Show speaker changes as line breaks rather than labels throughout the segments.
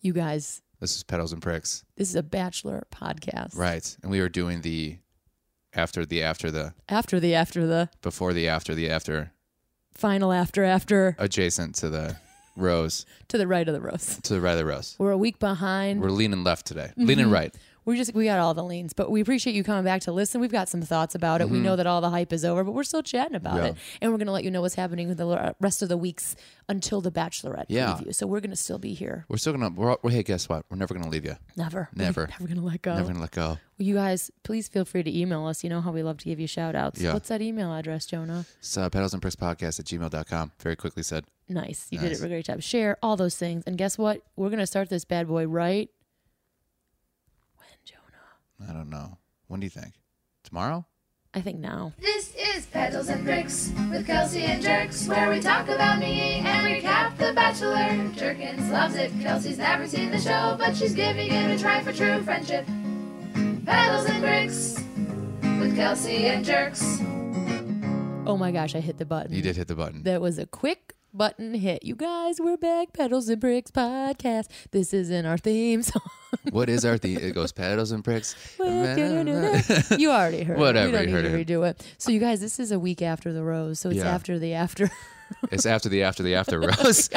You guys,
This is Pedals and Pricks.
this is a bachelor podcast.
Right. And we were doing the after the after the
After the after the
before the after the after
final after after
adjacent to the rose
to the right of the roast.
to the right of the rose.
We're a week behind.
We're leaning left today. Leaning right.
we just we got all the leans, but we appreciate you coming back to listen. We've got some thoughts about it. We know that all the hype is over, but we're still chatting about
Mm-hmm. Yeah.
it, and we're gonna let you know what's happening with the l- uh, rest of the weeks until the Bachelorette
Yeah.
preview. So we're gonna still be here.
We're still gonna. We're, all- well, hey, guess what? We're never gonna leave you.
Never,
Never.
We're never gonna let go.
Never gonna let go.
You guys, please feel free to email us. You know how we love to give you shout outs.
Yeah.
What's that email address, Jonah?
So pedals and pricks podcast at gmail.com. Very quickly said.
Nice. You did
Nice.
it a great job. Share all those things. And guess what? We're going to start this bad boy right when, Jonah?
I don't know. When do you think? Tomorrow?
I think now.
This is Pedals and Bricks with Kelsey and Jerks, where we talk about me and recap The Bachelor. Jerkins loves it. Kelsey's never seen the show, but she's giving it a try for true friendship. Pedals and Bricks with Kelsey and Jerks.
Oh my gosh, I hit Mm. the button.
You did hit the button.
That was a quick button hit. You guys, we're back. Pedals and Bricks podcast. This isn't our theme song.
what is our theme? It goes pedals and pricks.
you already heard it.
Whatever,
We don't
you
need
heard it.
to redo it. So, you guys, this is a week after the rose. So, it's
Yeah.
after the after.
it's after the after the after rose.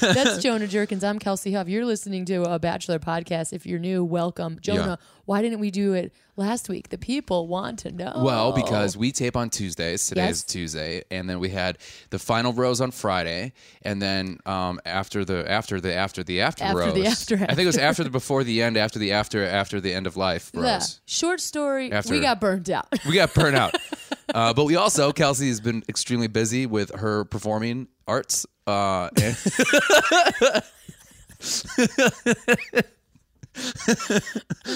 That's Jonah Jerkins. I'm Kelsey Huff. You're listening to a Bachelor podcast. If you're new, welcome. Jonah, why didn't we do it last week? The people want to know.
Well, because we tape on Tuesdays. Today
Oh. Yes.
is Tuesday, and then we had the final rose on Friday, and then um, after the after the after the after,
After
rose.
the after
I think it was after the before the end, after the after after the end of life rose.
Yeah. short story,
After-
we got burnt out.
We got burnt out. Uh, but we also Kelsey has been extremely busy with her performing arts. Uh, and-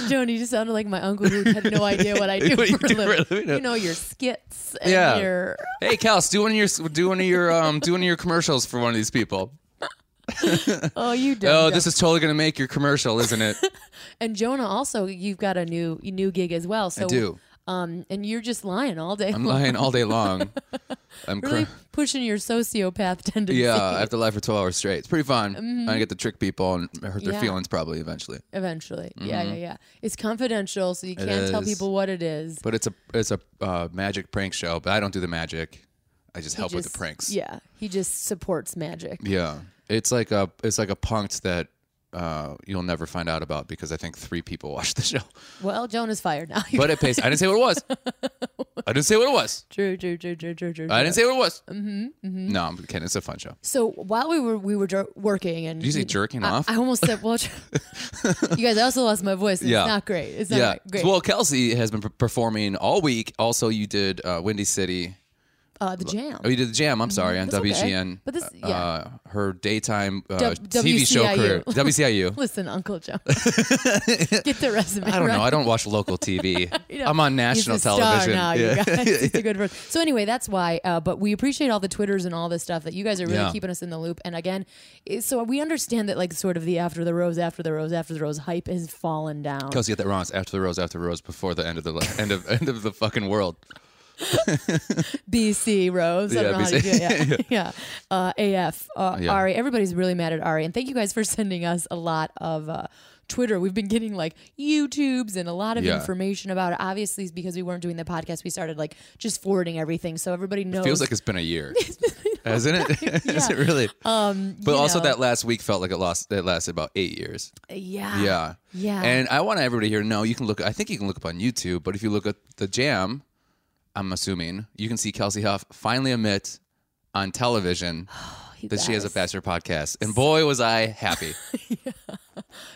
Jonah, you just sounded like my uncle who had no idea what I do,
What you
for,
do
a
for a
living.
living.
You know, your skits and
Yeah.
your.
hey, Kels, do one of your do one of your um, do one of your commercials for one of these people.
Oh, you do.
Oh, this is totally gonna make your commercial, isn't it?
And Jonah, also, you've got a new new gig as well. So,
I do.
Um, and you're just lying all day.
I'm
long.
lying all day long. I'm cr-
Really pushing your sociopath tendency.
Yeah, I have to lie for 12 hours straight. It's pretty fun. I get to trick people and hurt their
Mm-hmm. Yeah.
feelings probably eventually.
Eventually. Yeah, yeah, yeah. It's confidential, so you can't tell
Mm-hmm. is.
people what it is.
But it's a it's a uh, magic prank show, but I don't do the magic. I just help with the
Just-
pranks.
Yeah. He just supports magic.
Yeah. It's like a it's like a punked that uh, you'll never find out about because I think three people watched the show.
Well, Jonah's fired now.
But it pays. I didn't say what it was. I didn't say what it was.
true, true, true, true, true, true.
I didn't say what it was. Mm-hmm, No, I'm kidding. It's a fun show.
So while we were we were jer- working and
Did you say jerking
I,
off?
I almost said well, tr- you guys. I also lost my voice. And
Yeah.
It's not great. It's not
yeah.
great.
Well, Kelsey has been per- performing all week. Also, you did uh, Windy City.
uh, the jam.
Oh, you did the jam. I'm sorry on
That's Mm-hmm. okay.
WGN.
But this-
uh,
yeah.
her daytime uh,
W-
TV show
WCIU.
career, WCIU.
Listen, Uncle John, get the resume.
I don't
right.
know. I don't watch local TV.
You know,
I'm on
he's
national
a star
television.
now,
Yeah.
you guys. He's a good person. So anyway, that's why. Uh, but we appreciate all the twitters and all this stuff that you guys are really
Yeah.
keeping us in the loop. And again, it- so we understand that like sort of the after the rose, after the rose, after the rose hype has fallen down.
Kelsey, get that wrong. It's after the rose, after the rose, before the end of the end of end of the fucking world.
BC Rose. I
Yeah,
don't know how to
BC.
do it. Yeah. yeah. Uh, AF. Uh,
Yeah.
Ari. Everybody's really mad at Ari. And thank you guys for sending us a lot of uh, Twitter. We've been getting like YouTubes and a lot of
Yeah.
information about it. Obviously, it's because we weren't doing the podcast, we started like just forwarding everything. So everybody knows.
Feels like it's been a year, hasn't it? Is it really? but
Um, you
also
know.
that last week felt like it lost. It lasted about eight years.
yeah.
Yeah.
Yeah.
And I want everybody here to know you can look, I think you can look up on YouTube, but if you look at the jam, I'm assuming, you can see Kelsey Huff finally admit on television
You
that she has a
guys.
Bachelor podcast. And boy, was I happy.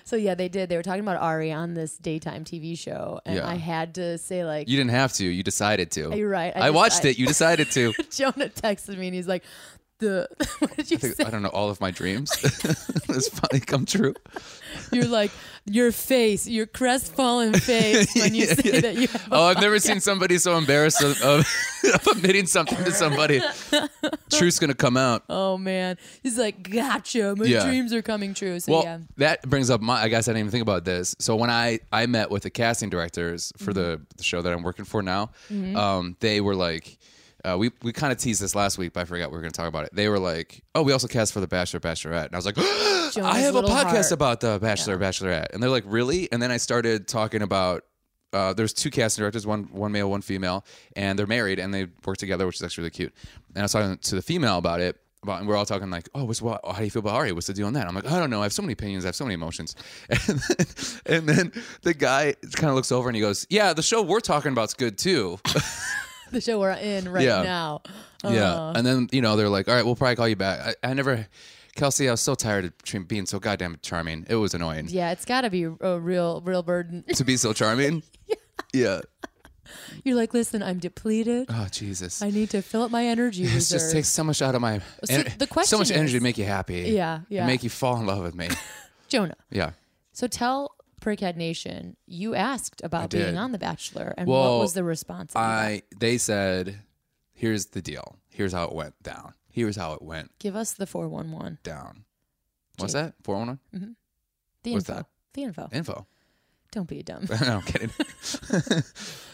So yeah, they did. They were talking about Ari on this daytime TV show, and
Yeah.
I had to say like,
you didn't have to, you decided to.
You're right, I
I, watched
decided-
it, you decided to.
Jonah texted me and he's like, the what did you say?
I don't know, all of my dreams has finally come true.
You're like your face, your crestfallen face when you say that you have. a-
Oh, I've never seen somebody so embarrassed of, of, of admitting something to somebody. Truth's going to come out.
oh man, he's like, gotcha. My
Yeah.
dreams are coming true. So
Well,
yeah,
that brings up my. I guess I didn't even think about this. So when I I met
Mm-hmm.
with the casting directors for the, the show that I'm working for now, um, they were like, uh, we we kind of teased this last week, but I forgot we were going to talk about it. They were like, "Oh, we also cast for the Bachelor, Bachelorette," and I was like, "I have a
Little
podcast
Heart.
about the Bachelor, Bachelorette," and they're like, "Really?" And then I started talking about. Uh, there's two casting directors, one one male, one female, and they're married and they work together, which is actually really cute. And I was talking to the female about it, about, and we're all talking like, "Oh, what's what? How do you feel about Ari? What's the deal on that?" I'm like, "I don't know. I have so many opinions. I have so many emotions." And then, and then the guy kind of looks over and he goes, "Yeah, the show we're talking about's good too."
Uh-huh. the show we're in right
Yeah.
now. Um,
Yeah. And then, you know, they're like, all right, we'll probably call you back. I, I never, Kelsey, I was so tired of tr- being so goddamn charming. It was annoying
Yeah, it's got to be a real, real burden.
to be so charming. yeah.
You're like, listen, I'm depleted.
Oh, Jesus.
I need to fill up my energy
This just
reserves.
takes so much out of my.
So the
so
question
much energy
is-
to make you happy.
Yeah,
And
yeah.
make you fall in love with me.
Jonah.
yeah.
So tell Prickhead Nation, you asked about
did.
being on The Bachelor, and
Well,
what was the response? of that?
I. They said, here's the deal. Here's how it went down. Here's how it went
Give us the four one one.
down. What's that? 411?
Mm. The
What's
info.
that? Uh,
The info.
Info.
Don't be dumb.
no, I'm kidding. Uh,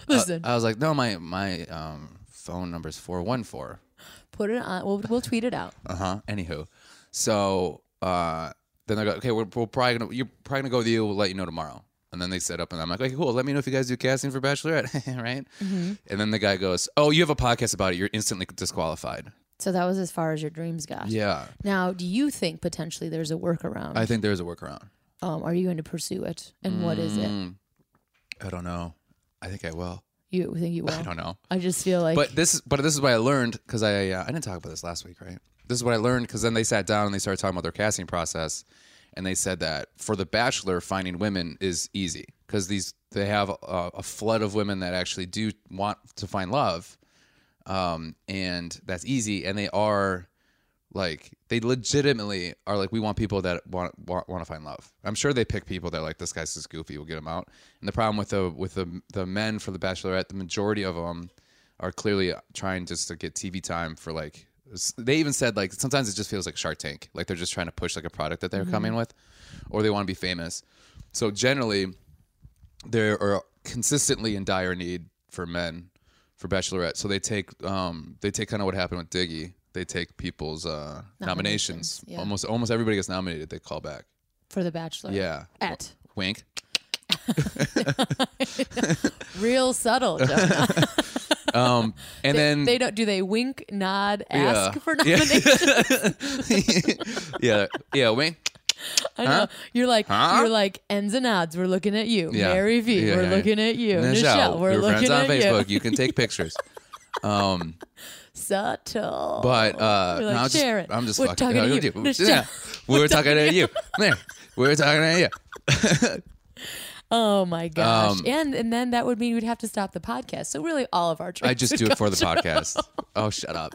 Listen,
I was like, no, my my um, phone number is 414.
put it on. We'll, we'll tweet it out.
Uh huh. Anywho, so uh, then they go, okay, we're, we're probably gonna you're probably gonna go with you. We'll let you know tomorrow. And then they set up, and I'm like, okay, cool. Let me know if you guys do casting for Bachelorette, right? And then the guy goes, oh, you have a podcast about it. You're instantly disqualified.
So that was as far as your dreams got.
Yeah,
Now, do you think potentially there's a workaround?
I think there's a workaround.
um, are you going to pursue it, and what is it?
Mm. I don't know. I think I will.
You think you will?
I don't know.
I just feel like
But this, is but this is what I learned because I uh, I didn't talk about this last week, right? This is what I learned because then they sat down and they started talking about their casting process, and they said that for the Bachelor, finding women is easy because these they have a, a flood of women that actually do want to find love, um, and that's easy, and they are like they legitimately are like we want people that want want, want to find love. I'm sure they pick people that are like this guy's just goofy. We'll get him out. And the problem with the with the the men for the Bachelorette, the majority of them are clearly trying just to get TV time for like. s- They even said like sometimes it just feels like Shark Tank, like they're just trying to push like a product that they're coming with, or they want to be famous. So generally, they are consistently in dire need for men for bachelorette so they take um they take kind of what happened with diggy they take people's uh nominations,
Nominations, yeah.
almost almost everybody gets nominated they call back
for The Bachelor.
yeah
At
wink
real subtle. Jonah.
um and then
they don't. Do they wink, nod, ask for nomination?
yeah yeah wink
I know. You're like
Huh?
you're like ends and odds. We're looking at you,
Yeah.
Mary V.
Yeah,
we're
yeah,
looking at you, Nichelle. we're
your
looking
friends on
at
facebook
you.
you can take pictures um
Subtle.
But uh,
We're like,
no, I'm, just,
Sharon,
I'm just
we're
fucking
talking to
no,
you.
dude,
Michelle,
yeah. We were talking to you. Man, we were talking to you.
oh my gosh!
Um,
and and then that would mean we'd have to stop the podcast. So really, all of our dreams.
I just
would
do
go
it for the
to-
podcast. Oh, shut up.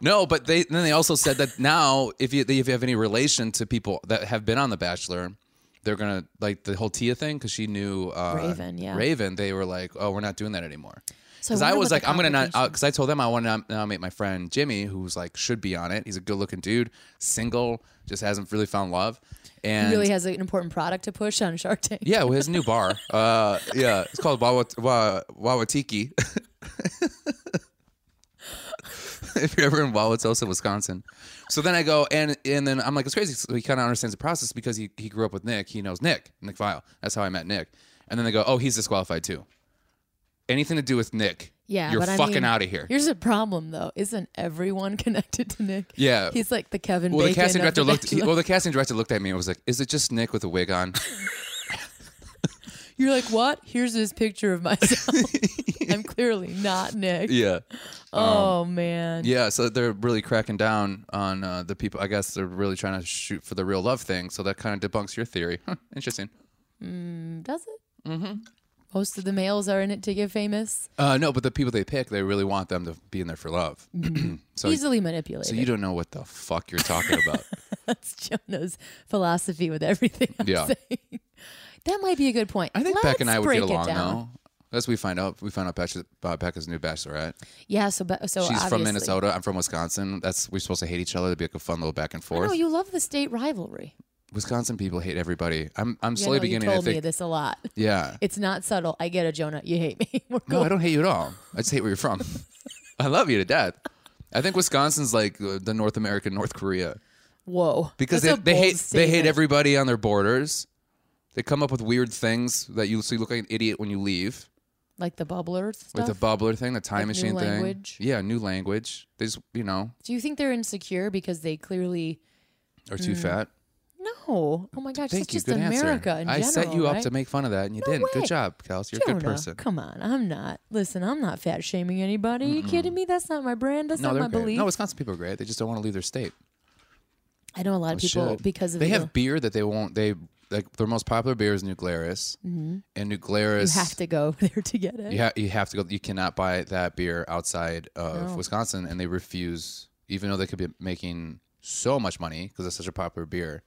No, but they then they also said that now if you if you have any relation to people that have been on The Bachelor, they're gonna like the whole Tia thing because she knew uh,
Raven, yeah.
Raven. They were like, oh, we're not doing that anymore.
So
Because I,
wonder
was
what the
like, I'm gonna not
complications-
because I told them I want to nominate my friend Jimmy, who's like should be on it. He's a good looking dude, single, just hasn't really found love. And
really has an important product to push on Shark Tank.
Yeah, well, his new bar. Uh, yeah, it's called Wawa, Wa Wawatiki. if you're ever in Wauwatosa, Wisconsin. So then I go and and then I'm like, it's crazy. So he kind of understands the process because he he grew up with Nick. He knows Nick, Nick Vile. That's how I met Nick. And then they go, oh, he's disqualified too. Anything to do with Nick?
Yeah,
you're
but I
fucking
mean,
out of here.
Here's the problem, though. Isn't everyone connected to Nick?
Yeah.
he's like the Kevin.
Well, the
Bacon
casting
of
director
The
looked. he-
Bachelor.
well, the casting director looked at me and was like, "Is it just Nick with a wig on?"
You're like, what? Here's this picture of myself. I'm clearly not Nick.
yeah. Um,
Oh man.
Yeah, so they're really cracking down on uh, the people. I guess they're really trying to shoot for the real love thing. So that kind of debunks your theory. Huh, interesting.
Does it? Mm-hmm. Most of the males are in it to get famous.
Uh, no, but the people they pick, they really want them to be in there for love. so, Oh, so
Easily manipulated.
you don't know what the fuck you're talking about.
That's Jonah's philosophy with everything. I'm
Yeah.
saying. That might be a good point.
I think
Let's
Beck and I would
break
get
it
along
down.
though. As we find out, we found out Becca's, uh, Becca's new bachelorette.
Yeah. So, Be- so
She's
obviously.
from Minnesota. I'm from Wisconsin. That's we're supposed to hate each other. It'd be like a fun little back and forth.
No, Oh, you love the state rivalry.
Wisconsin people hate everybody. I'm I'm
Yeah,
slowly
no,
beginning
you
to
told me
think.
this a lot.
Yeah.
It's not subtle. I get it, Jonah. You hate me. We're
No,
cool.
I don't hate you at all. I just hate where you're from. I love you to death. I think Wisconsin's like uh, the North American North Korea
Whoa.
because they,
That's a
they
bold
hate they hate
statement.
everybody on their borders. They come up with weird things that you so you look like an idiot when you leave.
like the bubbler stuff.
Like the bubbler thing, the time
Like new
machine thing.
language?
Yeah, new language. They just you know
Do you think they're insecure because they clearly
are too fat.
no? Oh my gosh,
Thank
Mm. it's
you.
just
good
America
answer.
in
I
general.
set you up
right?
to make fun of that, and you didn't.
way.
Good job, Kels. You're a good
Jonah,
person.
Come on, I'm not. Listen, I'm not fat shaming anybody. you kidding me? That's not my brand. That's
No,
not
they're
my
great.
belief.
No, Wisconsin people are great. They just don't want to leave their state.
I know a lot of people
Should.
because of
Oh, they
the-
have beer that they won't. They like their most popular beer is New Glarus, mm-hmm. and New
you
Glarus.
have to go there to get it.
You, ha- you have to go. You cannot buy that beer outside of
No.
Wisconsin, and they refuse, even though they could be making so much money because it's such a popular beer.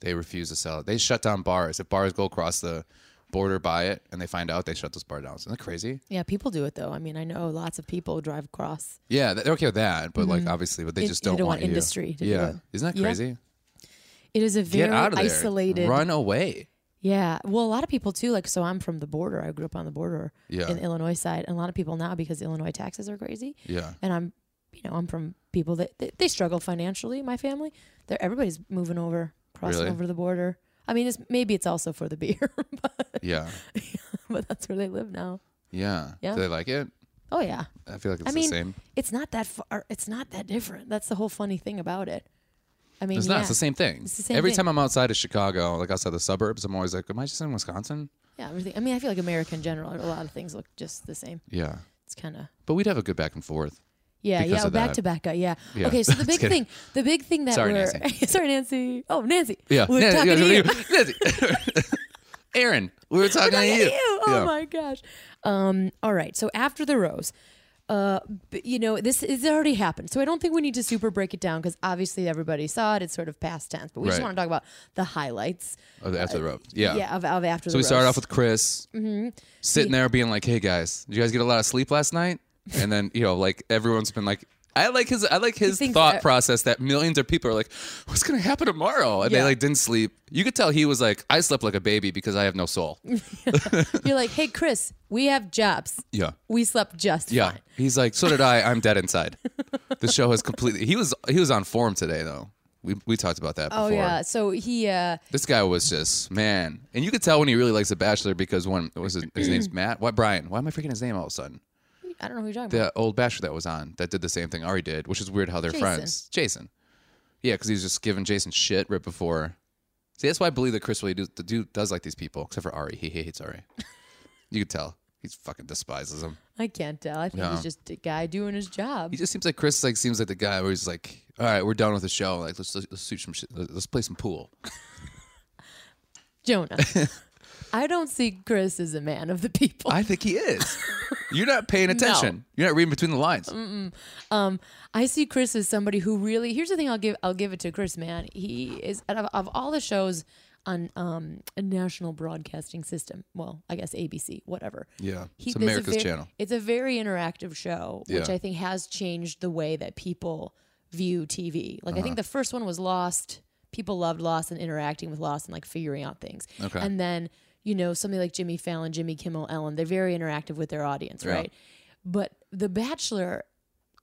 They refuse to sell it. They shut down bars. If bars go across the border, buy it, and they find out, they shut those bar down. Isn't that crazy?
Yeah, people do it though. I mean, I know lots of people drive across.
Yeah, they're okay with that, but like obviously, but they
They-
just
they
don't,
don't want
want, you.
Mm-hmm. industry to do
yeah,
it.
isn't that
Yeah.
crazy?
It is a
Get
very
out of there.
isolated.
Run away.
Yeah. Well, a lot of people too. Like, so I'm from the border. I grew up on the border
Yeah.
in Illinois side, and a lot of people now because Illinois taxes are crazy.
Yeah.
And I'm, you know, I'm from people that they, they struggle financially. My family, they're everybody's moving over, crossing
Really?
over the border. I mean, it's, maybe it's also for the beer, but,
Yeah.
but that's where they live now.
Yeah.
Yeah.
Do they like it?
Oh yeah.
I feel like it's
I mean,
the same.
it's not that far. It's not that different. That's the whole funny thing about it. I mean,
It's
yeah.
not. It's the same thing.
It's the same
Every
thing.
time I'm outside of Chicago, like outside the suburbs, I'm always like, am I just in Wisconsin?
Yeah, everything. I mean, I feel like America in general, a lot of things look just the same.
Yeah.
It's kind of
But we'd have a good back and forth.
yeah,
Because
yeah.
of
Back
that.
to back, uh, yeah.
Yeah.
Okay, so the
Just
big
kidding.
thing, the big thing that
Sorry,
we're
Nancy.
sorry, Nancy. Oh, Nancy.
Yeah.
we're
Nancy-
talking to you.
Nancy- Aaron, we were
Look
talking, to
at
you.
you. Oh
Yeah.
my gosh. Um, all right. So after the rose, uh, b- you know, this is it already happened. So I don't think we need to super break it down because obviously everybody saw it. It's sort of past tense, but we just
Right.
want to talk about the highlights.
Oh, the- after the rope. Yeah.
Yeah. Of, of after
So
the Mm-hmm.
we started
rose.
off with Chris sitting there being like, "Hey guys, did you guys get a lot of sleep last night?" And then you know, like everyone's been like, "I like his, I like his
thinks
thought
that-
process that millions of people are like, what's gonna happen tomorrow?" And they
Yeah.
like didn't sleep. You could tell he was like, "I slept like a baby because I have no soul."
You're like, hey, Chris, we have jobs.
Yeah.
We slept just
Yeah,
fine.
he's like, "So did I. I'm dead inside." the show has completely. He was he was on form today though. We we talked about that.
Oh
before.
yeah. So he uh
This guy was just man, and you could tell when he really likes The Bachelor because when what was his, his name's Matt? Why Brian? Why am I freaking his name all of a sudden?
I don't know who you're talking about.
The old Bachelor that was on that did the same thing Ari did, which is weird how they're
Jason.
friends. Jason, yeah, because he was just giving Jason shit right before. See, that's why I believe that Chris really do, the dude does like these people, except for Ari. He hates Ari. you could tell he fucking despises him.
I can't tell. I think
Yeah.
he's just a guy doing his job.
He just seems like Chris. Like seems like the guy where he's like, "All right, we're done with the show. Like, let's let's, let's shoot some shit. Let's let's play some pool."
Jonah. I don't see Chris as a man of the people. I,
I think he is. You're not paying attention. You're not reading between the lines.
Mm. see Chris as somebody who really here's the thing I'll give I'll give it to Chris, man. He is out of, of all the shows on um a national broadcasting system, well, I guess ABC, whatever.
Yeah.
He-
It's
there's a
America's
ver-
channel.
It's a very interactive show, which
Yeah.
I think has changed the way that people view TV. Like I
Uh-huh.
think the first one was Lost. People loved Lost and interacting with Lost and like figuring out things.
Okay.
And then you know something like Jimmy Fallon, Jimmy Kimmel, Ellen. They're very interactive with their audience,
Yeah.
right? But The Bachelor,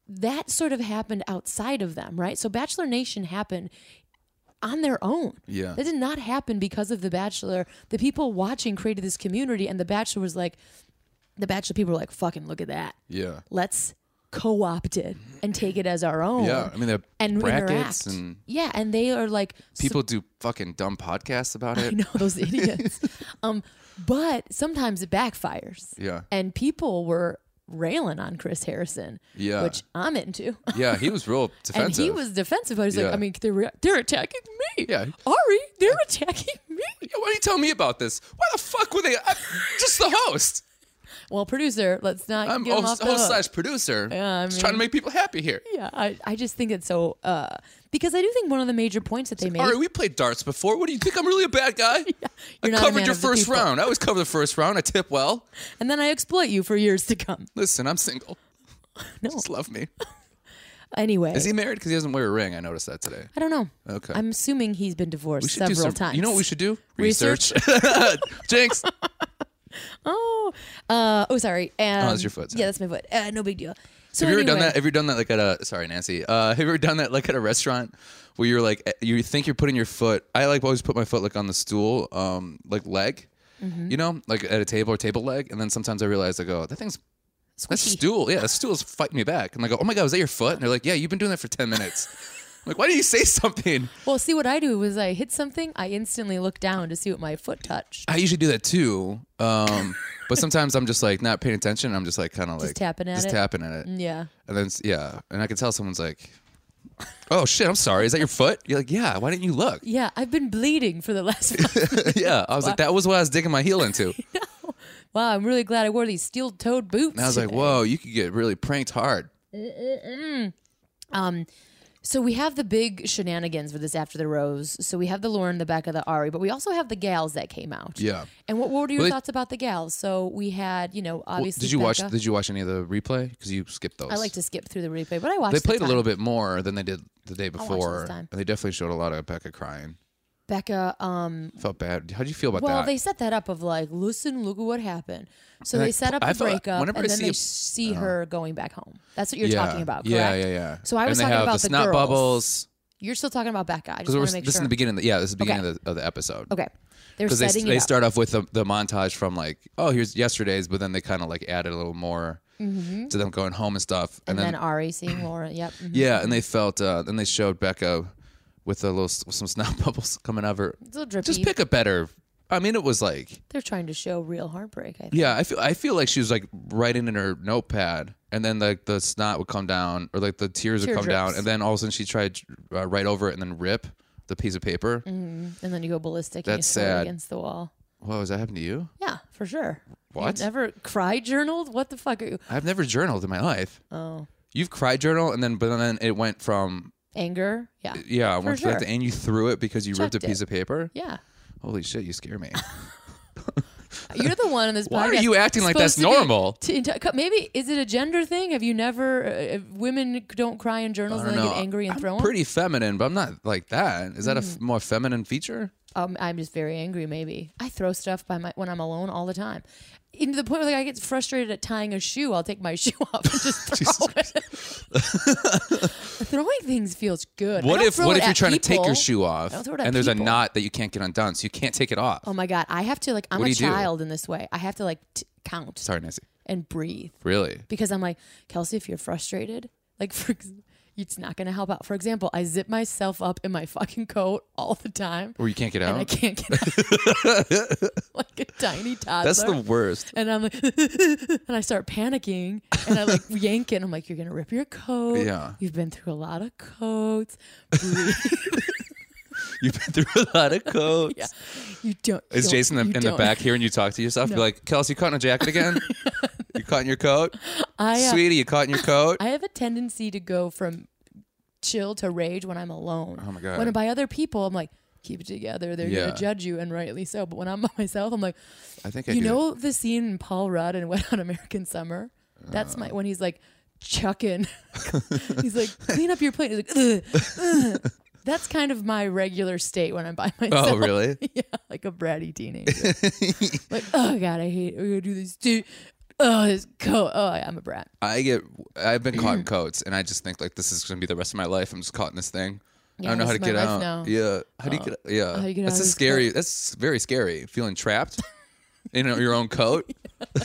that sort of happened outside of them, right? So Bachelor Nation happened on their own.
Yeah.
That did not happen because of The Bachelor. The people watching created this community, and The Bachelor was like, The Bachelor people were like, fucking look at that.
Yeah.
Let's co opt it and take it as our own.
Yeah. I mean, the
And interact.
brackets and
yeah. And they are like,
people do fucking dumb podcasts about
I
it.
know those idiots. um, but sometimes it backfires.
Yeah.
And people were railing on Chris Harrison.
Yeah.
Which I'm into.
Yeah. He was real
and
defensive.
he was defensive. I was
Yeah.
like, I mean, they're re- they're attacking me.
Yeah.
Ari, they're attacking me.
Yeah, why do you tell me about this? Why the fuck were they? I'm just the host.
Well, producer, let's not
I'm
get him off
host,
the
host
hook.
slash producer.
Yeah, I
just trying to
mean-
make people happy here.
yeah, I, I just think it's so uh, because I do think one of the major points that they made.
All right, we played darts before. What do you think? I'm really a bad guy. I
You're not a
covered
man
your
of the
first
people.
round. I always cover the first round. I tip well.
and then I exploit you for years to come.
Listen, I'm single.
No.
Just love me.
Anyway,
Is he married? Because he doesn't wear a ring. I noticed that today.
I don't know.
Okay.
I'm assuming he's been divorced
We should do
several
some-
times.
You know what we should do?
Research.
Jinx.
Oh, uh, oh, sorry. Um,
Oh, that's your foot, sorry.
Yeah, that's my foot. Uh, no big deal. So
have you ever done
anyway-
that? Have you done that like at a sorry Nancy? Uh, have you ever done that like at a restaurant where you're like eh, you think you're putting your foot? I like always put my foot like on the stool, um, like leg,
Mm-hmm.
you know, like at a table or table leg, and then sometimes I realize I go that thing's that
Squishy.
stool, yeah, that stool's fighting me back, and I go, oh my god, was that your foot? And they're like, yeah, you've been doing that for ten minutes. I'm like, why do you say something?
Well, see what I do is I hit something, I instantly look down to see what my foot touched.
I usually do that too, um, but sometimes I'm just like not paying attention. I'm just like kind of like
tapping at
just
it?
tapping at it.
Yeah.
And then, yeah. And I can tell someone's like, oh shit, I'm sorry. Is that your foot? You're like, yeah, why didn't you look?
Yeah, I've been bleeding for the last five.
yeah. I was like, that was what I was digging my heel into. And
Wow, I'm really glad I wore these steel toed boots.
I was like,
today.
whoa, you could get really pranked hard.
So we have the big shenanigans for this after the rose. So we have the Lauren in the back of the Ari, but we also have the gals that came out.
Yeah.
And what, what were your
Well, they-
thoughts about the gals? So we had, you know,
Well,
obviously.
did you watch
Becca.
did you watch any of the replay? Because you skipped those.
I like to skip through the replay, but I watched.
They
the
played a
time.
little bit more than they did the day
watch
before.
this time.
And they definitely showed a lot of Becca crying.
Becca, um,
Felt bad. How do you feel about
well,
that?
they set that up of like, listen, look at what happened. So
And
they
I-
set up
I
the
felt-
breakup,
whenever
and
I
then
see
they see
a- uh-huh.
her going back home. That's what you're
yeah.
talking about, correct?
Yeah, yeah, yeah.
So I was
and they
talking
have
about the
the, snot
girls.
bubbles.
You're still talking about Becca. I just
Because
want
this
to make
is
sure.
the beginning. Of the, yeah, this is the
Okay.
beginning of, the, of the episode.
okay, they're
because they,
setting
they
it up.
start off with the, the montage from like oh here's yesterday's but then they kind of like added a little more to them going home and stuff
Mm-hmm. and then, Ari seeing Lauren. Yep. mhm.
yeah and they felt uh then they showed becca with a little s- with some snot bubbles coming out of her
It's a little drippy.
just pick a better i mean it was like
They're trying to show real heartbreak. I think.
yeah i feel i feel like she was like writing in her notepad and then like the snot would come down or like the tears would come down
Teardrops.
and then all of a sudden she tried to uh, write over it and then rip the piece of paper
Mm-hmm. And then you go ballistic.
That's
and you throw it
sad.
Against the wall.
Whoa, has that happened to you
Yeah, for sure.
What?
You've never cry journaled? What the fuck? Are you?
i've never journaled in my life
Oh,
You've cried journal, and then but then it went from
anger. Yeah.
yeah,
For
went from that
sure.
to- and you threw it because you ripped
Chucked
a piece
it.
of paper.
Yeah.
Holy shit, you scare me.
You're the one in this.
Why are
podcast
you acting like that's
supposed to be-
normal?
to- to- maybe is it a gender thing? Have you never? Uh, if women don't cry in journals
I
and
don't
they
know.
get angry and Mm.
I'm
throw 'em?
pretty feminine, but I'm not like that. Is that a f- more feminine feature?
um, I'm just very angry. Maybe I throw stuff by my when I'm alone all the time, even to the point where like I get frustrated at tying a shoe. I'll take my shoe off and just throw it. Throwing things feels good. I
What
don't
if
throw
what
it
if you're
at
trying to take your
people.
shoe off
don't
and
throw it at
there's a
people.
knot that you can't get undone, so you can't take it off?
Oh my god, I have to like I'm
What do
a
you do?
child in this way. I have to like t- count
Sorry, Nancy.
and breathe
Really?
because I'm like Kelsey, if you're frustrated, like for ex- it's not gonna help out. For example, I zip myself up in my fucking coat all the time.
Where you can't get
And I
out?
can't get out like a tiny toddler.
That's the worst.
and I'm like, and I start panicking, and I like yank it. I'm like, you're gonna rip your coat.
Yeah.
you've been through a lot of coats. Breathe.
You've been through a lot of coats.
yeah, you don't.
Is
don't-
Jason in
you
the, in the
don't-
back hearing you talk to yourself? Be like, Kelsey, you caught in a jacket again? you caught in your coat?
I, uh,
Sweetie, you caught in your coat?
I have a tendency to go from chill to rage when I'm alone.
Oh my God.
When I'm by other people, I'm like, keep it together. They're
Yeah.
gonna judge you, and rightly so. But when I'm by myself, I'm like,
I think I
you
do.
know the scene in Paul Rudd and Wet on American Summer. That's
Uh.
my when he's like chucking. he's like, clean up your plate. He's like, Ugh, ugh." that's kind of my regular state when I'm by myself.
Oh, really?
yeah, like a bratty teenager. like, oh god, I hate. It. We're gonna do this. Dude. Oh, this coat. Oh, I'm a brat.
I get. I've been caught in coats, and I just think like this is going to be the rest of my life. I'm just caught in this thing. I
Yeah,
don't know how
this
to
is my
get
life
out.
now.
Yeah. How do you get? Yeah.
How do you get
that's
out of
a
this
scary. That's very scary. Feeling trapped in your own coat.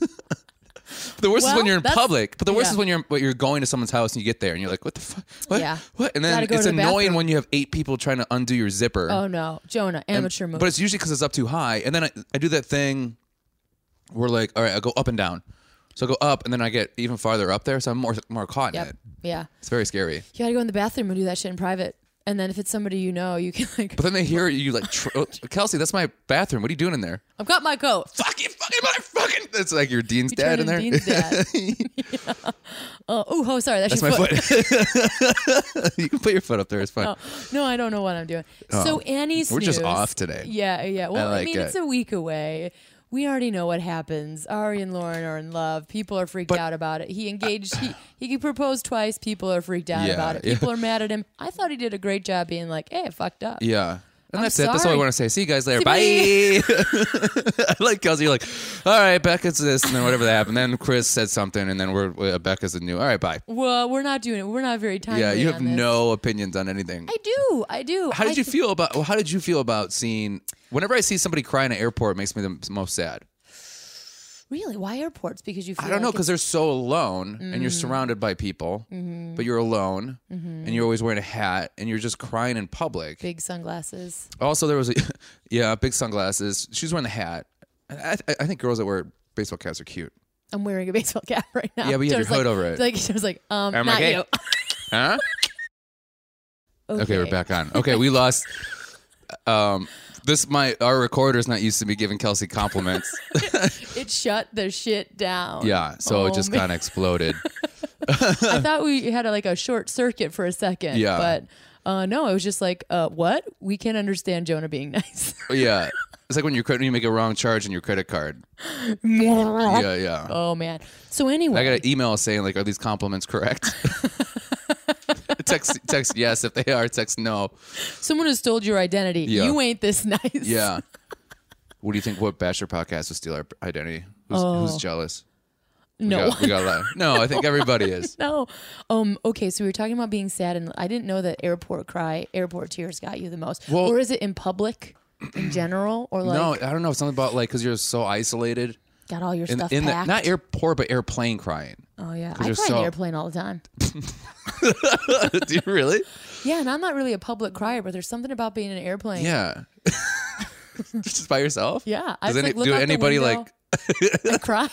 the worst is
Well,
when you're in
that's-
public. But the worst
yeah.
is when you're when you're going to someone's house and you get there and you're like, what the fuck? What?
Yeah.
What? And then
Gotta go
it's
to the
annoying
bathroom.
when you have eight people trying to undo your zipper.
Oh no, Jonah, amateur move.
But it's usually because it's up too high. And then I, I do that thing where, like, all right, I go up and down. So I go up, and then I get even farther up there. So I'm more more caught in
yep.
it.
Yeah,
It's very scary.
you gotta go in the bathroom and do that shit in private. And then if it's somebody you know, you can like,
But then they hear you like, tr- oh, Kelsey, that's my bathroom. What are you doing in there?
I've got my coat.
Fucking, fucking, motherfucking. It's like your Dean's dad
Turn
in there.
Dean's dad. Yeah. Oh, ooh, oh, sorry, that's, your
That's my
foot.
foot. you can put your foot up there. It's fine.
No, I don't know what I'm doing. So Annie's.
We're just off today.
Yeah, yeah. Well, I,
like
mean,
it.
it's a week away. We already know what happens. Ari and Lauren are in love. People are freaked out about it. He engaged. he he proposed twice. People are freaked out
Yeah,
about it.
yeah.
People are mad at him. I thought he did a great job being like, "Hey, I fucked up."
Yeah. And
I'm
that's it. That's all I
sorry.
want to say. See you guys later.
See
Bye. I like Kelsey. You're like, all right, Becca's this, and then whatever that happened. Then Chris said something, and then we're uh, Becca's the new. All right, bye.
Well, we're not doing it. We're not very timely.
Yeah, you have
on this.
no opinions on anything.
I do. I do.
How
I
did you
th-
feel about? How did you feel about seeing? Whenever I see somebody cry in an airport, it makes me the most sad.
Really? Why airports? Because you feel
I don't know
like
because they're so alone, and
Mm.
you're surrounded by people,
Mm-hmm.
but you're alone, and you're always wearing a hat, and you're just crying in public.
big sunglasses.
Also, there was a yeah, big sunglasses. She was wearing the hat. I, I, I think girls that wear baseball caps are cute.
I'm wearing a baseball cap right now.
Yeah, but you
So
have
it's
your
like,
hood over it.
Like I was like, um,
I'm
not
like, hey.
you.
Huh?
okay.
Okay, we're back on. Okay, we lost. Um, this my our recorder's not used to me giving Kelsey compliments.
It shut the shit down.
yeah, so it
Oh,
just
man.
kind of exploded.
I thought we had a, like a short circuit for a second.
Yeah.
But uh, no, it was just like, uh, what? We can't understand Jonah being nice.
yeah, it's like when you when you make a wrong charge on your credit card. Yeah, yeah.
Oh man. So anyway,
I got an email saying like, are these compliments correct? text text yes if they are. Text no.
someone has told your identity.
Yeah.
You ain't this nice.
Yeah. what do you think? What bachelor podcast would steal our identity? Who's, who's jealous?
Oh. No.
We got, we got that. No, I think everybody is.
No. Um, okay, so we were talking about being sad, and I didn't know that airport cry, airport tears got you the most.
Well-
or is it in public in general? Or like,
no, I don't know. Something about like because you're so isolated
got all your
in,
stuff
in the
packed?
not airport but airplane crying.
oh, yeah. I
'cause
cry
you're
in the
so-
airplane all the time.
do you really?
Yeah, and I'm not really a public crier, but there's something about being in an airplane.
Yeah. Just by yourself?
Yeah. I
Does
just,
any,
like, look
do
out the
anybody
window.
like?
I cry.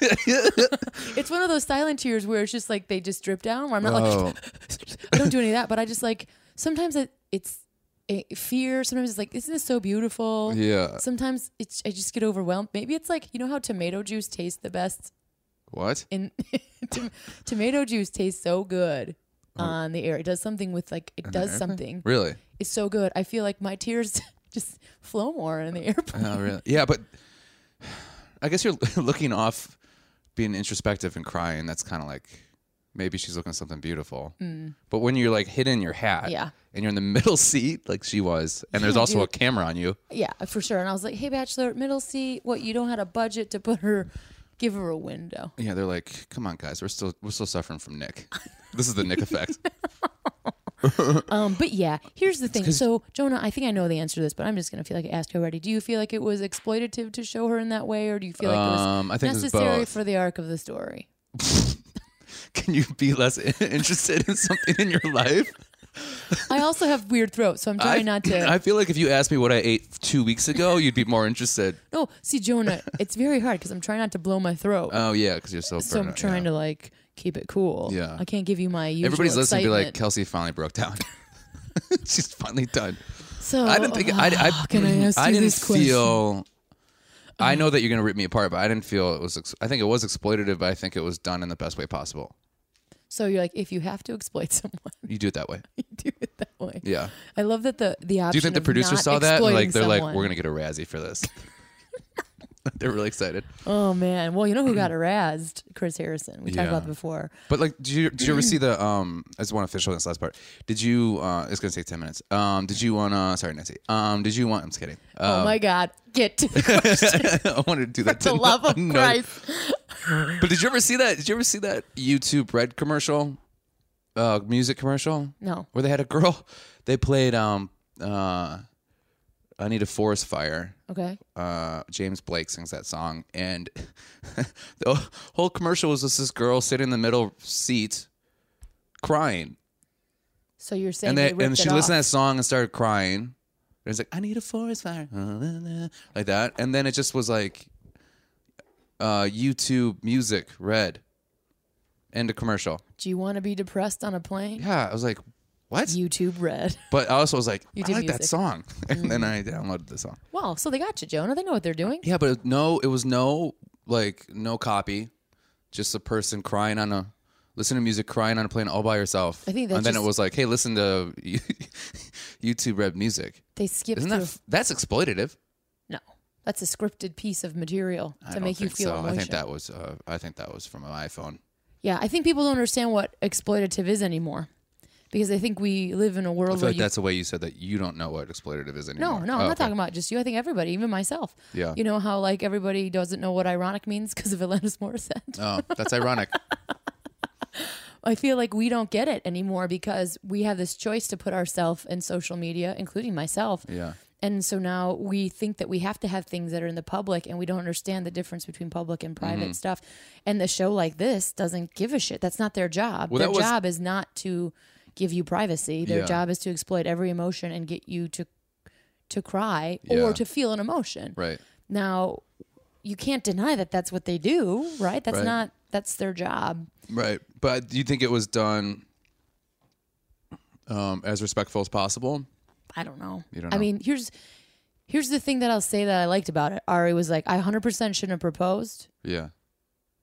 it's one of those silent tears where it's just like they just drip down. Where I'm not
Oh,
like, I don't do any of that, but I just like sometimes it, it's eh, fear. Sometimes it's like, isn't this so beautiful?
yeah.
Sometimes it's I just get overwhelmed. Maybe it's like you know how tomato juice tastes the best.
What?
In tom- tomato juice tastes so good
Uh-huh.
on the air. It does something with like it does something.
Really?
It's so good. I feel like my tears just flow more in the airplane.
Oh, really? Yeah, but I guess you're looking off, being introspective and crying. That's kind of like maybe she's looking at something beautiful. But when you're like hidden in your hat,
Mm. Yeah.
and you're in the middle seat like she was, and there's
Yeah,
also a
dude.
camera on you.
Yeah, for sure. And I was like, hey, bachelor, middle seat. What you don't have a budget to put her, give her a window.
Yeah, they're like, "Come on, guys, we're still we're still suffering from Nick. This is the Nick effect."
Um, but yeah, here's the thing. So, Jonah, I think I know the answer to this, but I'm just gonna feel like I asked you already. Do you feel like it was exploitative to show her in that way, or do you feel like
Um,
it was
I think it's
necessary
both.
for the arc of the story?
Can you be less interested in something in your life?
I also have weird throat, so I'm trying not to.
I feel like if you asked me what I ate two weeks ago, you'd be more interested.
no, see, Jonah, it's very hard because I'm trying not to blow my throat.
Oh yeah, because you're so.
so I'm
burnout,
trying
yeah.
to like keep it cool.
Yeah.
I can't give you my usual
Everybody's listening to be like,
excitement.
Kelsey finally broke down. She's finally done.
so uh,
I didn't think I, I,
can I ask
I
you
didn't
this question? Uh-huh.
feel. I know that you're gonna rip me apart, but I didn't feel it was. Ex- I think it was exploitative, but I think it was done in the best way possible.
so you're like, if you have to exploit someone,
You do it that way.
you do it that way.
Yeah.
I love that the the option.
Do you think the
of
producers
not
saw that? And, Like
exploiting
they're like,
someone.
we're gonna get a Razzie for this. they're really excited.
Oh man. Well, you know who got harassed? Chris Harrison. We talked
Mm. Yeah.
about it before.
But like, did you did you ever see the um? I just want to finish on this last part. Did you? uh It's gonna take ten minutes. Um, did you want? to Sorry, Nancy. Um, did you want? I'm just kidding. Uh,
oh my God. Get to the,
I wanted to do that.
the
to
love of
no-
Christ.
But did you ever see that? Did you ever see that YouTube Red commercial, uh, music commercial?
No.
Where they had a girl, they played um, uh, "I Need a Forest Fire."
Okay.
Uh, James Blake sings that song, and the whole commercial was just this girl sitting in the middle seat, crying,
So you're saying
and
they,
they, and
ripped
she
it
listened to
off.
that song and started crying. And it's like, "I need a forest fire," like that, and then it just was like, uh, YouTube music, Red, end of commercial.
Do you want to be depressed on a plane?
Yeah, I was like, what?
YouTube Red.
but I also was like, I like
did
that
music. Mm-hmm.
song, and then I downloaded the song.
Wow. So they got you, Jonah. They know what they're doing.
Yeah, but it- no, it was no like no copy, just a person crying on a listening to music, crying on a plane all by herself.
I think that's
and then
just-
it was like, hey, listen to YouTube Red music.
They skipped
Isn't
through.
that f- that's exploitative?
no. That's a scripted piece of material
I
to
don't
make you
think
feel
so.
emotion.
I think that was uh, I think that was from an iPhone.
Yeah, I think people don't understand what exploitative is anymore. because I think we live in a world
I feel
where
like
you
that's the way you said that you don't know what exploitative is
No,
anymore. Oh,
no, I'm not talking about just you. I think everybody, even myself.
Yeah.
You know how like everybody doesn't know what ironic means because of Alanis Morissette.
about. Oh, that's ironic.
I feel like we don't get it anymore because we have this choice to put ourselves in social media, including myself.
Yeah.
And so now we think that we have to have things that are in the public and we don't understand the difference between public and private
Mm-hmm.
stuff. And the show like this doesn't give a shit. That's not their job.
Well,
their
that was-
job is not to give you privacy. Their
Yeah.
job is to exploit every emotion and get you to to cry
Yeah.
or to feel an emotion.
Right.
Now, you can't deny that that's what they do, right? That's
Right.
not that's their job.
Right. But do you think it was done um, as respectful as possible?
I don't know.
You don't
I
know.
mean, here's here's the thing that I'll say that I liked about it. Ari was like, I 100% shouldn't have proposed.
Yeah.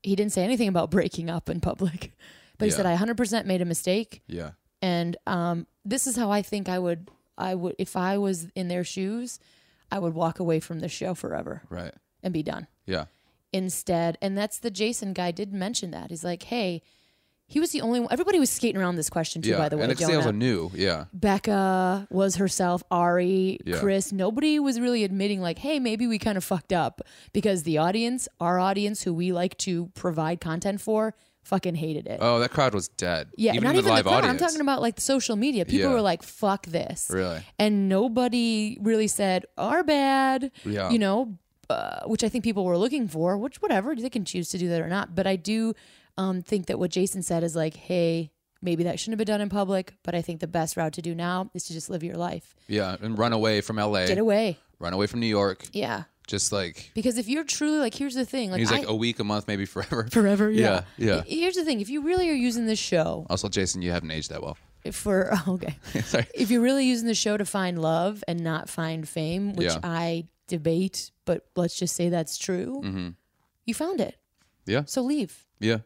He didn't say anything about breaking up in public, but he
Yeah.
said I 100% made a mistake,
Yeah.
and um, this is how I think I would I would if I was in their shoes, I would walk away from the show forever
Right.
and be done.
Yeah.
instead. And that's the Jason guy did mention that. He's like, hey, he was the only one. Everybody was skating around this question too,
Yeah.
by the way.
and because they also
Jonah.
knew. Yeah.
Becca was herself, Ari,
Yeah.
Chris. Nobody was really admitting, like, hey, maybe we kind of fucked up because the audience, our audience, who we like to provide content for, fucking hated it.
Oh, that crowd was dead.
Yeah,
Even
not
in the
even
live
the crowd.
audience.
I'm talking about like the social media. People
Yeah.
were like, "Fuck this,"
Really?
and nobody really said "our bad."
Yeah.
you know, uh, which I think people were looking for. Which, whatever, they can choose to do that or not. But I do um, think that what Jason said is like, "Hey, maybe that shouldn't have been done in public." But I think the best route to do now is to just live your life,
Yeah. And run away from LA.
get away.
Run away from New York.
Yeah,
Just like
because if you're truly like, here's the thing, like,
he's like
I-
a week, a month, maybe forever.
forever, yeah,
Yeah, yeah.
Here's the thing: if you really are using this show
Also, Jason, you haven't aged that well.
for okay.
Sorry.
if you're really using the show to find love and not find fame, which
Yeah.
I debate, but let's just say that's true,
Mm-hmm.
you found it.
Yeah.
So leave.
Yeah.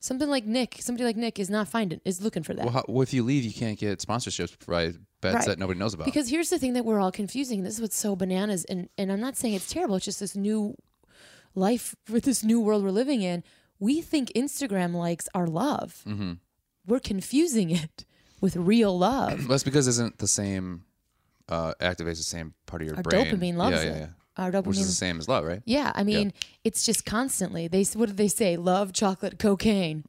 Something like Nick, somebody like Nick is not finding, is looking for that.
Well, how, well, if you leave, you can't get sponsorships by bets
Right.
that nobody knows about.
because here's the thing that we're all confusing. This is what's so bananas. And, and I'm not saying it's terrible. It's just this new life with this new world we're living in. We think Instagram likes are love.
Mm-hmm.
We're confusing it with real love.
Well, That's because isn't the same uh, activates the same part of your
Our
brain.
dopamine loves
yeah, yeah,
it.
yeah.
Our dopamine
Which is the same as love, right?
Yeah, I mean, it's just constantly. They what do they say? Love, chocolate, cocaine.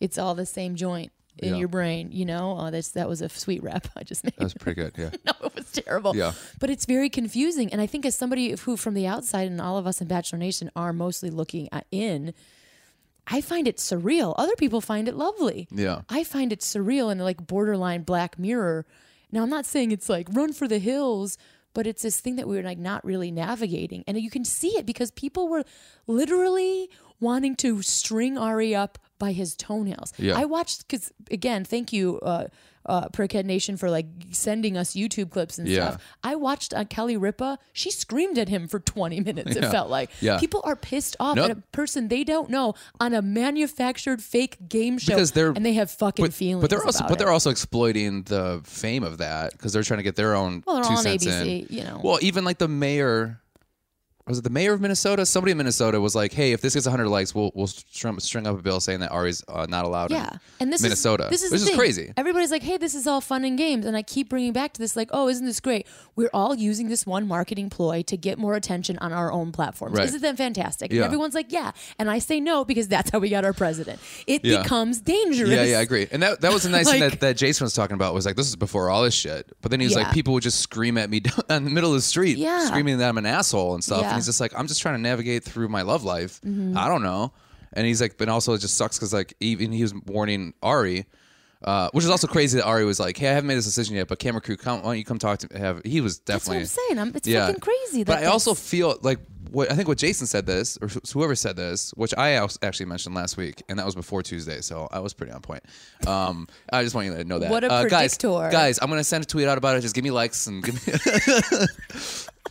It's all the same joint in
Mm-hmm. Yeah.
your brain. You know, oh, that's that was a sweet rap I just made.
That's pretty good. Yeah.
no, it was terrible.
Yeah.
but it's very confusing. And I think as somebody who, from the outside, and all of us in Bachelor Nation are mostly looking at, in, I find it surreal. Other people find it lovely.
Yeah.
I find it surreal and like borderline Black Mirror. Now, I'm not saying it's like run for the hills, but it's this thing that we were like not really navigating. And you can see it because people were literally wanting to string Ari up by his toenails.
Yeah.
I watched, because again, thank you, uh, uh, Perkhead Nation, for like sending us YouTube clips and
Yeah.
stuff. I watched uh, Kelly Ripa. She screamed at him for 20 minutes, it
Yeah.
felt like.
Yeah.
People are pissed off
Nope.
at a person they don't know on a manufactured fake game show
Because they're-
and they have fucking
But,
feelings.
but they're also
about
but they're
it.
also exploiting the fame of that because they're trying to get their own
Well, they're
two
all on
cents
ABC,
in.
you know.
Well, even like the mayor. Was it the mayor of Minnesota? Somebody in Minnesota was like, "Hey, if this gets 100 likes, we'll we'll string, string up a bill saying that Ari's uh, not allowed."
yeah.
in
And this
Minnesota,
is, this is,
which
the
is
thing.
crazy.
Everybody's like, "Hey, this is all fun and games," and I keep bringing back to this, like, "Oh, isn't this great? We're all using this one marketing ploy to get more attention on our own platforms.
Right.
Isn't that fantastic?" And
Yeah.
everyone's like, "Yeah," and I say no because that's how we got our president. It
Yeah.
becomes dangerous.
Yeah, yeah, I agree. And that that was the nice thing
Like-
that, that Jason was talking about was like this is before all this shit. But then he was
Yeah.
like, people would just scream at me down in the middle of the street,
Yeah.
screaming that I'm an asshole and
Yeah.
stuff.
Mm-hmm.
And he's just like, I'm just trying to navigate through my love life. I don't know. And he's like, but also it just sucks because like even he was warning Ari. Uh, which is also crazy that Ari was like, "Hey, I haven't made this decision yet, but camera crew, come, why don't you come talk to me?" Have he was
That's what
definitely
I'm saying. I'm, it's fucking crazy. That
but I also
that's-
feel like what I think what Jason said this, or wh- whoever said this, which I als- actually mentioned last week, and that was before Tuesday, so I was pretty on point. Um, I just want you to know that.
What a
uh, guys,
predictor.
guys, I'm gonna send a tweet out about it. Just give me likes and give me.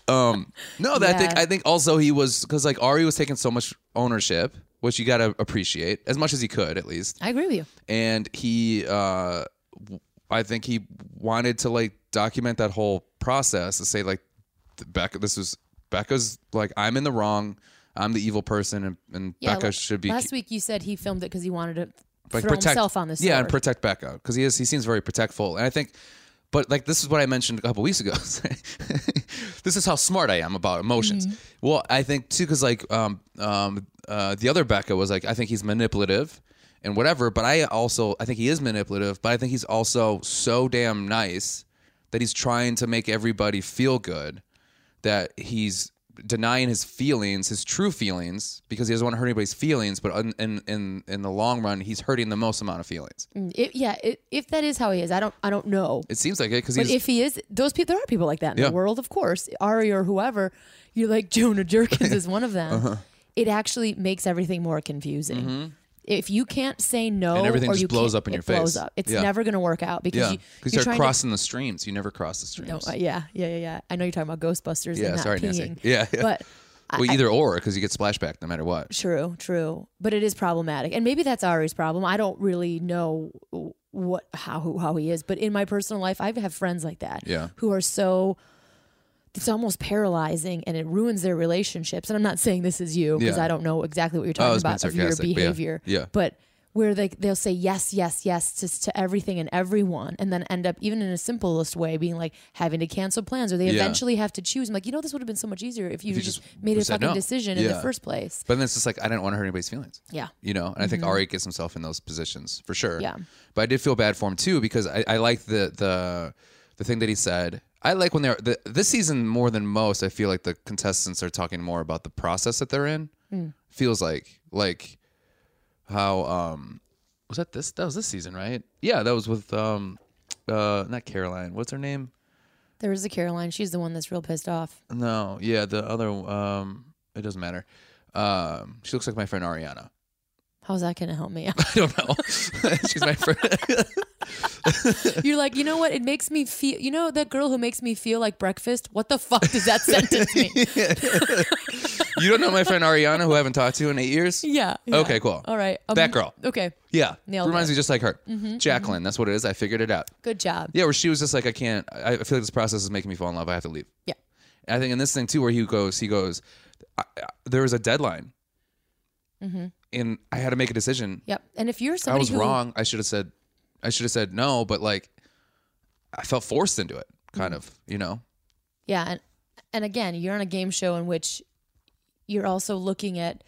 um, no, that I think
Yeah.
I think also he was because like Ari was taking so much ownership, which you gotta appreciate as much as he could, at least
I agree with you.
and he uh w- i think he wanted to like document that whole process to say like th- becca this was becca's like i'm in the wrong i'm the evil person and, and
Yeah,
becca
la-
should be
Last week you said he filmed it because he wanted to
like
throw himself on the
Yeah, and
sword.
protect Becca because he is he seems very protectful, and I think. But like this is what I mentioned a couple weeks ago. this is how smart I am about emotions.
Mm-hmm.
Well, I think too because like um, um, uh, the other Becca was like I think he's manipulative and whatever, but I also I think he is manipulative, but I think he's also so damn nice that he's trying to make everybody feel good that he's denying his feelings, his true feelings, because he doesn't want to hurt anybody's feelings. But in in in, in the long run, he's hurting the most amount of feelings.
It, yeah, it, if that is how he is, I don't, I don't know.
It seems like it because
But
he's
if he is, those people, there are people like that in
Yeah.
the world, of course. Ari or whoever, you're like Jonah Jerkins is one of them.
Uh-huh.
It actually makes everything more confusing. If you can't say no,
Mm-hmm. And everything
or
just
you
blows
can't-
up in your
it blows
face.
up. It's
Yeah.
never going to work out because
yeah,
you,
because
you're
you, are
trying
crossing the streams. You never cross the
To, no,
streams.
uh, yeah, yeah, yeah, yeah. I know you're talking about Ghostbusters.
Yeah,
and not
sorry, Nancy.
peeing,
Yeah, yeah.
but I-
well, either or, because you get splashback no matter what.
True, true. But it is problematic. And maybe that's Ari's problem. I don't really know what how who- how he is, but in my personal life I have friends like that
Yeah.
who are so it's almost paralyzing and it ruins their relationships. And I'm not saying this is you because
Yeah.
I don't know exactly what you're
I
talking
was being
about of your
sarcastic, but yeah.
behavior.
Yeah.
But where they they'll say yes, yes, yes to, to everything and everyone, and then end up even in a simplest way being like having to cancel plans, or they
Yeah.
eventually have to choose. I'm like, you know, this would have been so much easier if you,
you
just,
just
made a
said
fucking
no.
decision in the
Yeah.
first place.
But then it's just like I didn't want to hurt anybody's feelings.
Yeah.
you know. And I think Ari gets himself in those positions for sure.
Yeah.
But I did feel bad for him too because I, I like the the the thing that he said. I like when they're the, this season more than most. I feel like the contestants are talking more about the process that they're in. Feels like like how um was that this that was this season right? Yeah, that was with um uh not Caroline. What's her name?
There is a Caroline. She's the one that's real pissed off.
No, yeah, the other um it doesn't matter. Um, she looks like my friend Ariana.
How's that going to help me?
I don't know. She's my friend.
You're like, you know what? It makes me feel. You know that girl who makes me feel like breakfast. What the fuck does that sentence mean?
you don't know my friend Ariana, who I haven't talked to in eight years?
Yeah. yeah.
Okay, cool.
All right. Um,
That girl.
Okay.
Yeah.
Nailed
Reminds
it. Mm-hmm,
me just like her. Jacqueline, that's what it is. I figured it out.
Good job.
Yeah, where she was just like, I can't, I I feel like this process is making me fall in love. I have to leave.
Yeah.
And I think in this thing too, where he goes, he goes, I, I, there was a deadline. And I had to make a decision.
Yep. And if you're
I
somebody
was
Mm-hmm. who,
wrong. I should have said, I should have said no, but like, I felt forced into it, kind
Mm-hmm.
of, you know?
Yeah, and and again, you're on a game show in which you're also looking at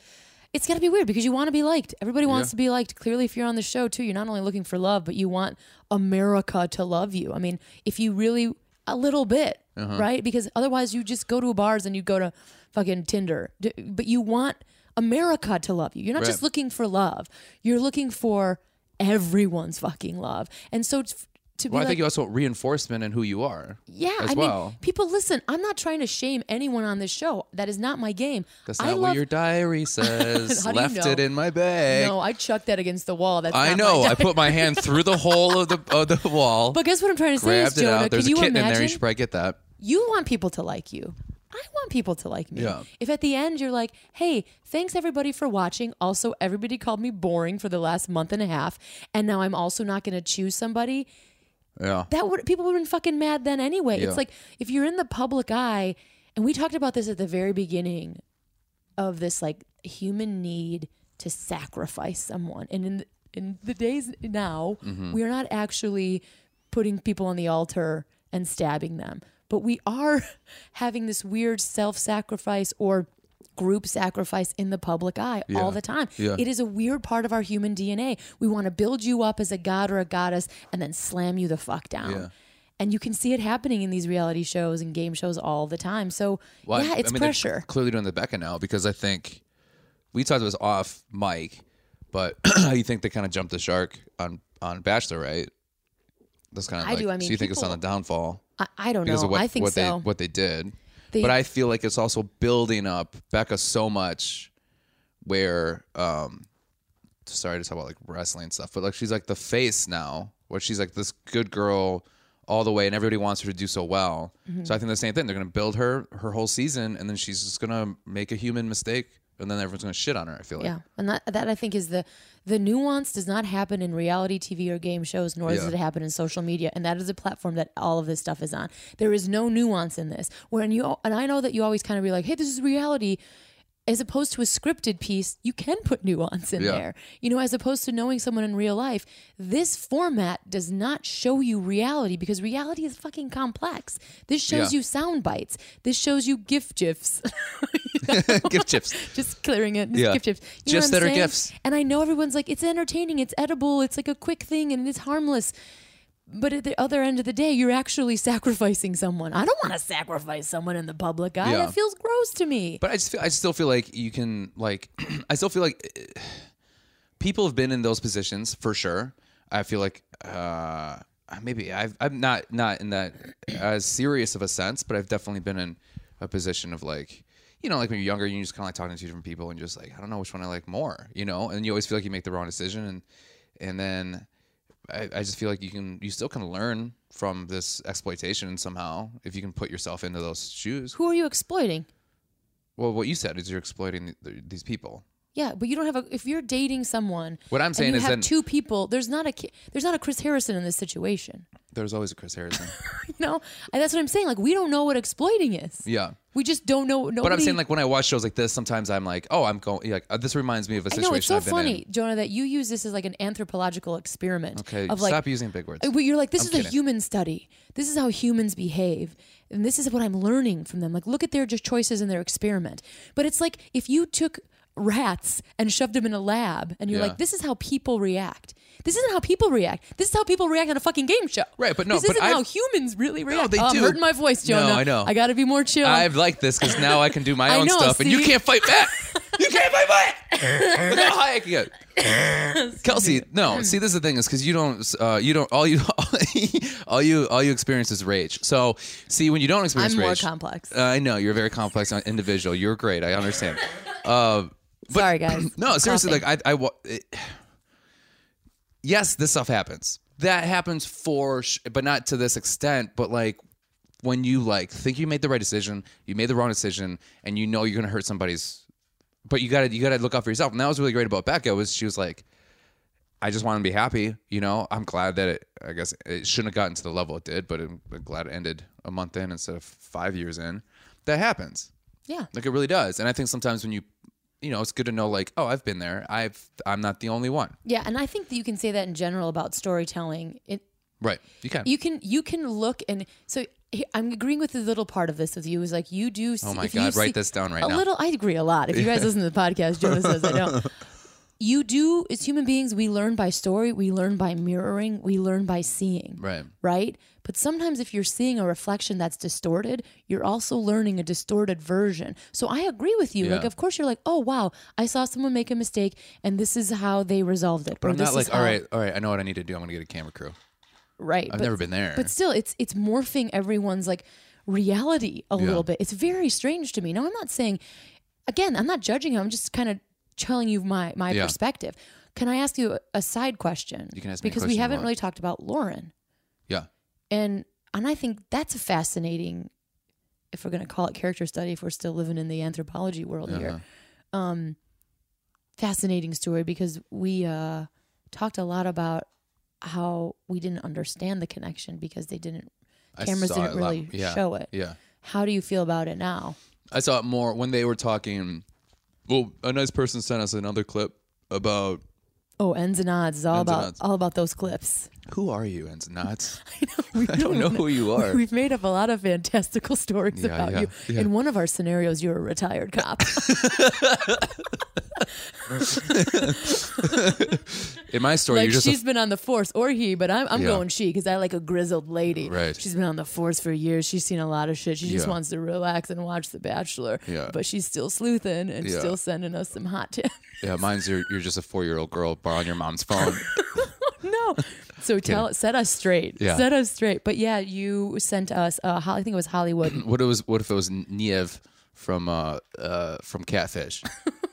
it's got to be weird because you want to be liked. Everybody wants
Yeah.
to be liked. Clearly, if you're on the show too, you're not only looking for love, but you want America to love you. I mean, if you really a little bit,
Uh-huh.
right? Because otherwise, you just go to bars and you go to fucking Tinder. D- But you want America to love you. You're not just
Right.
looking for love. You're looking for everyone's fucking love. And so t- to be
Well, I
like,
think you also want reinforcement in who you are.
yeah,
as
I
well.
mean, people listen. I'm not trying to shame anyone on this show. That is not my game.
That's
I
not
love-
what your diary says.
How do you
Left
know?
it in my bag.
No, I chucked that against the wall. That's
I
not
know.
My
I
time.
put my hand through the hole of the of the wall,
But guess what I'm trying to say is,
grabbed it
Jonah,
out.
could
There's a
you
kitten
imagine?
in there. You should probably get that.
you want people to like you. I want people to like me.
Yeah.
If at the end you're like, hey, thanks everybody for watching. Also, everybody called me boring for the last month and a half, and now I'm also not going to choose somebody.
Yeah.
that would people would have been fucking mad then anyway.
Yeah.
It's like if you're in the public eye, and we talked about this at the very beginning of this like human need to sacrifice someone, and in the, in the days now,
Mm-hmm.
we are not actually putting people on the altar and stabbing them, but we are having this weird self-sacrifice or group sacrifice in the public eye all the time.
Yeah.
It is a weird part of our human DNA. We want to build you up as a god or a goddess and then slam you the fuck down.
Yeah.
And you can see it happening in these reality shows and game shows all the time. So
Well, I-
yeah,
I
it's
mean, they're
pressure.
Clearly doing the Becca now because I think we talked about this off mic, but how you think they kind of jumped the shark on on Bachelor, right? That's kind of
I
like,
do. I mean,
so you think it's on the
people-
downfall
I, I don't
because
know.
of what,
I think
what they
so.
what they did.
They-
but I feel like it's also building up Becca so much where um sorry to talk about like wrestling and stuff, but like she's like the face now, where she's like this good girl all the way and everybody wants her to do so well. So I think the same thing. They're gonna build her her whole season and then she's just gonna make a human mistake and then everyone's gonna shit on her, I feel like.
yeah, and that, that I think is the the nuance does not happen in reality TV or game shows, nor does
Yeah.
it happen in social media, and that is a platform that all of this stuff is on. There is no nuance in this. When you and I know that you always kind of be like, hey, this is reality, as opposed to a scripted piece, you can put nuance in
Yeah.
there. You know, as opposed to knowing someone in real life, this format does not show you reality because reality is fucking complex. This shows
Yeah.
you sound bites. This shows you gift gifs.
Gift chips.
just clearing it. Just
Yeah.
gift gifts. You know what
Gifs
I'm
that are
saying?
gifts.
And I know everyone's like, it's entertaining, it's edible, it's like a quick thing, and it's harmless. But at the other end of the day, you're actually sacrificing someone. I don't want to sacrifice someone in the public eye.
Yeah.
That feels gross to me.
But I just feel, I still feel like you can like I still feel like eh, people have been in those positions for sure. I feel like uh, maybe I've, I'm not not in that as serious of a sense, but I've definitely been in a position of like you know like when you're younger, you just kind of like talking to two different people and you're just like I don't know which one I like more, you know, and you always feel like you make the wrong decision and and then. I, I just feel like you can you still can learn from this exploitation somehow if you can put yourself into those shoes.
Who are you exploiting?
Well, what you said is you're exploiting th- th- these people.
Yeah, but you don't have a. If you're dating someone,
What I'm
and
saying
you
is
have
that-
two people. There's not a ki- there's not a Chris Harrison in this situation.
There's always a Chris Harrison.
You know, and that's what I'm saying. Like we don't know what exploiting is.
yeah.
We just don't know. Nobody,
But I'm saying, like, when I watch shows like this, sometimes I'm like, oh, I'm going, like, uh, this reminds me of a
I
situation
know it's so
I've been
funny,
in.
Jonah, that you use this as like an anthropological experiment.
Okay,
of like
stop using big words.
Uh, well, You're like, this
I'm
is a
kidding.
human study. This is how humans behave. And this is what I'm learning from them. Like, look at their just choices in their experiment. But it's like if you took rats and shoved them in a lab and you're
Yeah.
like, this is how people react. This isn't how people react. This is how people react on a fucking game show.
Right, but no,
This
but
isn't how
I've-
humans really react.
they
oh, I'm
do.
hurting my voice,
No,
Jonah.
I know.
I got to be more chill.
I've liked this because now I can do my
I
own
know,
stuff, and you
see?
can't fight back. you can't fight back. Look how high I can get. Kelsey, no. See, this is the thing is because you don't, uh, you don't, all you, all you, all you experience is rage. So, see, when you don't experience
I'm more
rage- Uh,
complex.
I know you're a very complex individual. You're great. I understand.
Sorry, guys.
No,
I'm
seriously,
coughing.
like I, I, wa- it, yes, this stuff happens. That happens for, sh- but not to this extent. But like when you like think you made the right decision, you made the wrong decision, and you know you're gonna hurt somebody's, but you gotta you gotta look out for yourself. And that was really great about Becca was she was like, I just want to be happy. You know, I'm glad that it. I guess it shouldn't have gotten to the level it did, but I'm glad it ended a month in instead of five years in. That happens.
yeah.
Like it really does. And I think sometimes when you you know, it's good to know like, oh, I've been there. I've I'm not the only one.
Yeah. And I think that you can say that in general about storytelling. It,
Right. You can.
you can you can look and so he- I'm agreeing with the little part of this with you is like you do. See,
oh my
if you
god, write
see-
this down right
a
now.
little. I agree a lot. If you guys listen to the podcast, Jonah says I don't. You do as human beings. We learn by story. We learn by mirroring. We learn by seeing.
right.
Right. But sometimes if you're seeing a reflection that's distorted, you're also learning a distorted version. So I agree with you. Like,
Yeah.
of course, you're like, oh wow, I saw someone make a mistake, and this is how they resolved it. But
I'm not like, all right, all right, I know what I need to do. I'm gonna get a camera crew.
right.
I've
but-
never been there.
but still it's it's morphing everyone's like reality a little bit it's very strange to me now i'm not saying again i'm not judging him i'm just kind of telling you my my
Yeah.
perspective can i ask you a, a side question
You can ask me a
because we
question you
haven't
want.
really talked about lauren
yeah.
and and i think that's a fascinating if we're going to call it character study if we're still living in the anthropology world here um
Uh-huh.
fascinating story because we uh talked a lot about how we didn't understand the connection because they didn't
I
cameras
saw
didn't
it a lot.
really
Yeah.
show it.
Yeah.
How do you feel about it now?
I saw it more when they were talking well, a nice person sent us another clip about
Oh, ends and odds is all
Ends and
about
odds.
all about those clips.
who are you and nuts?
We
I don't know who you are.
We've made up a lot of fantastical stories
Yeah,
about
yeah,
you.
yeah.
In one of our scenarios, you're a retired cop.
In my story,
like
you're just
she's
a,
been on the force, or he, but I'm, I'm
Yeah.
going she because I like a grizzled lady.
Right.
She's been on the force for years. She's seen a lot of shit. She just
Yeah.
wants to relax and watch The Bachelor.
Yeah.
But she's still sleuthing and
Yeah.
still sending us some hot tips.
yeah, mine's you're, you're just a four year old girl borrowing your mom's phone.
No. So tell set us straight.
Yeah.
Set us straight. But yeah, you sent us uh, Hol- I think it was Hollywood.
what it was what if it was Niev from uh uh from Catfish?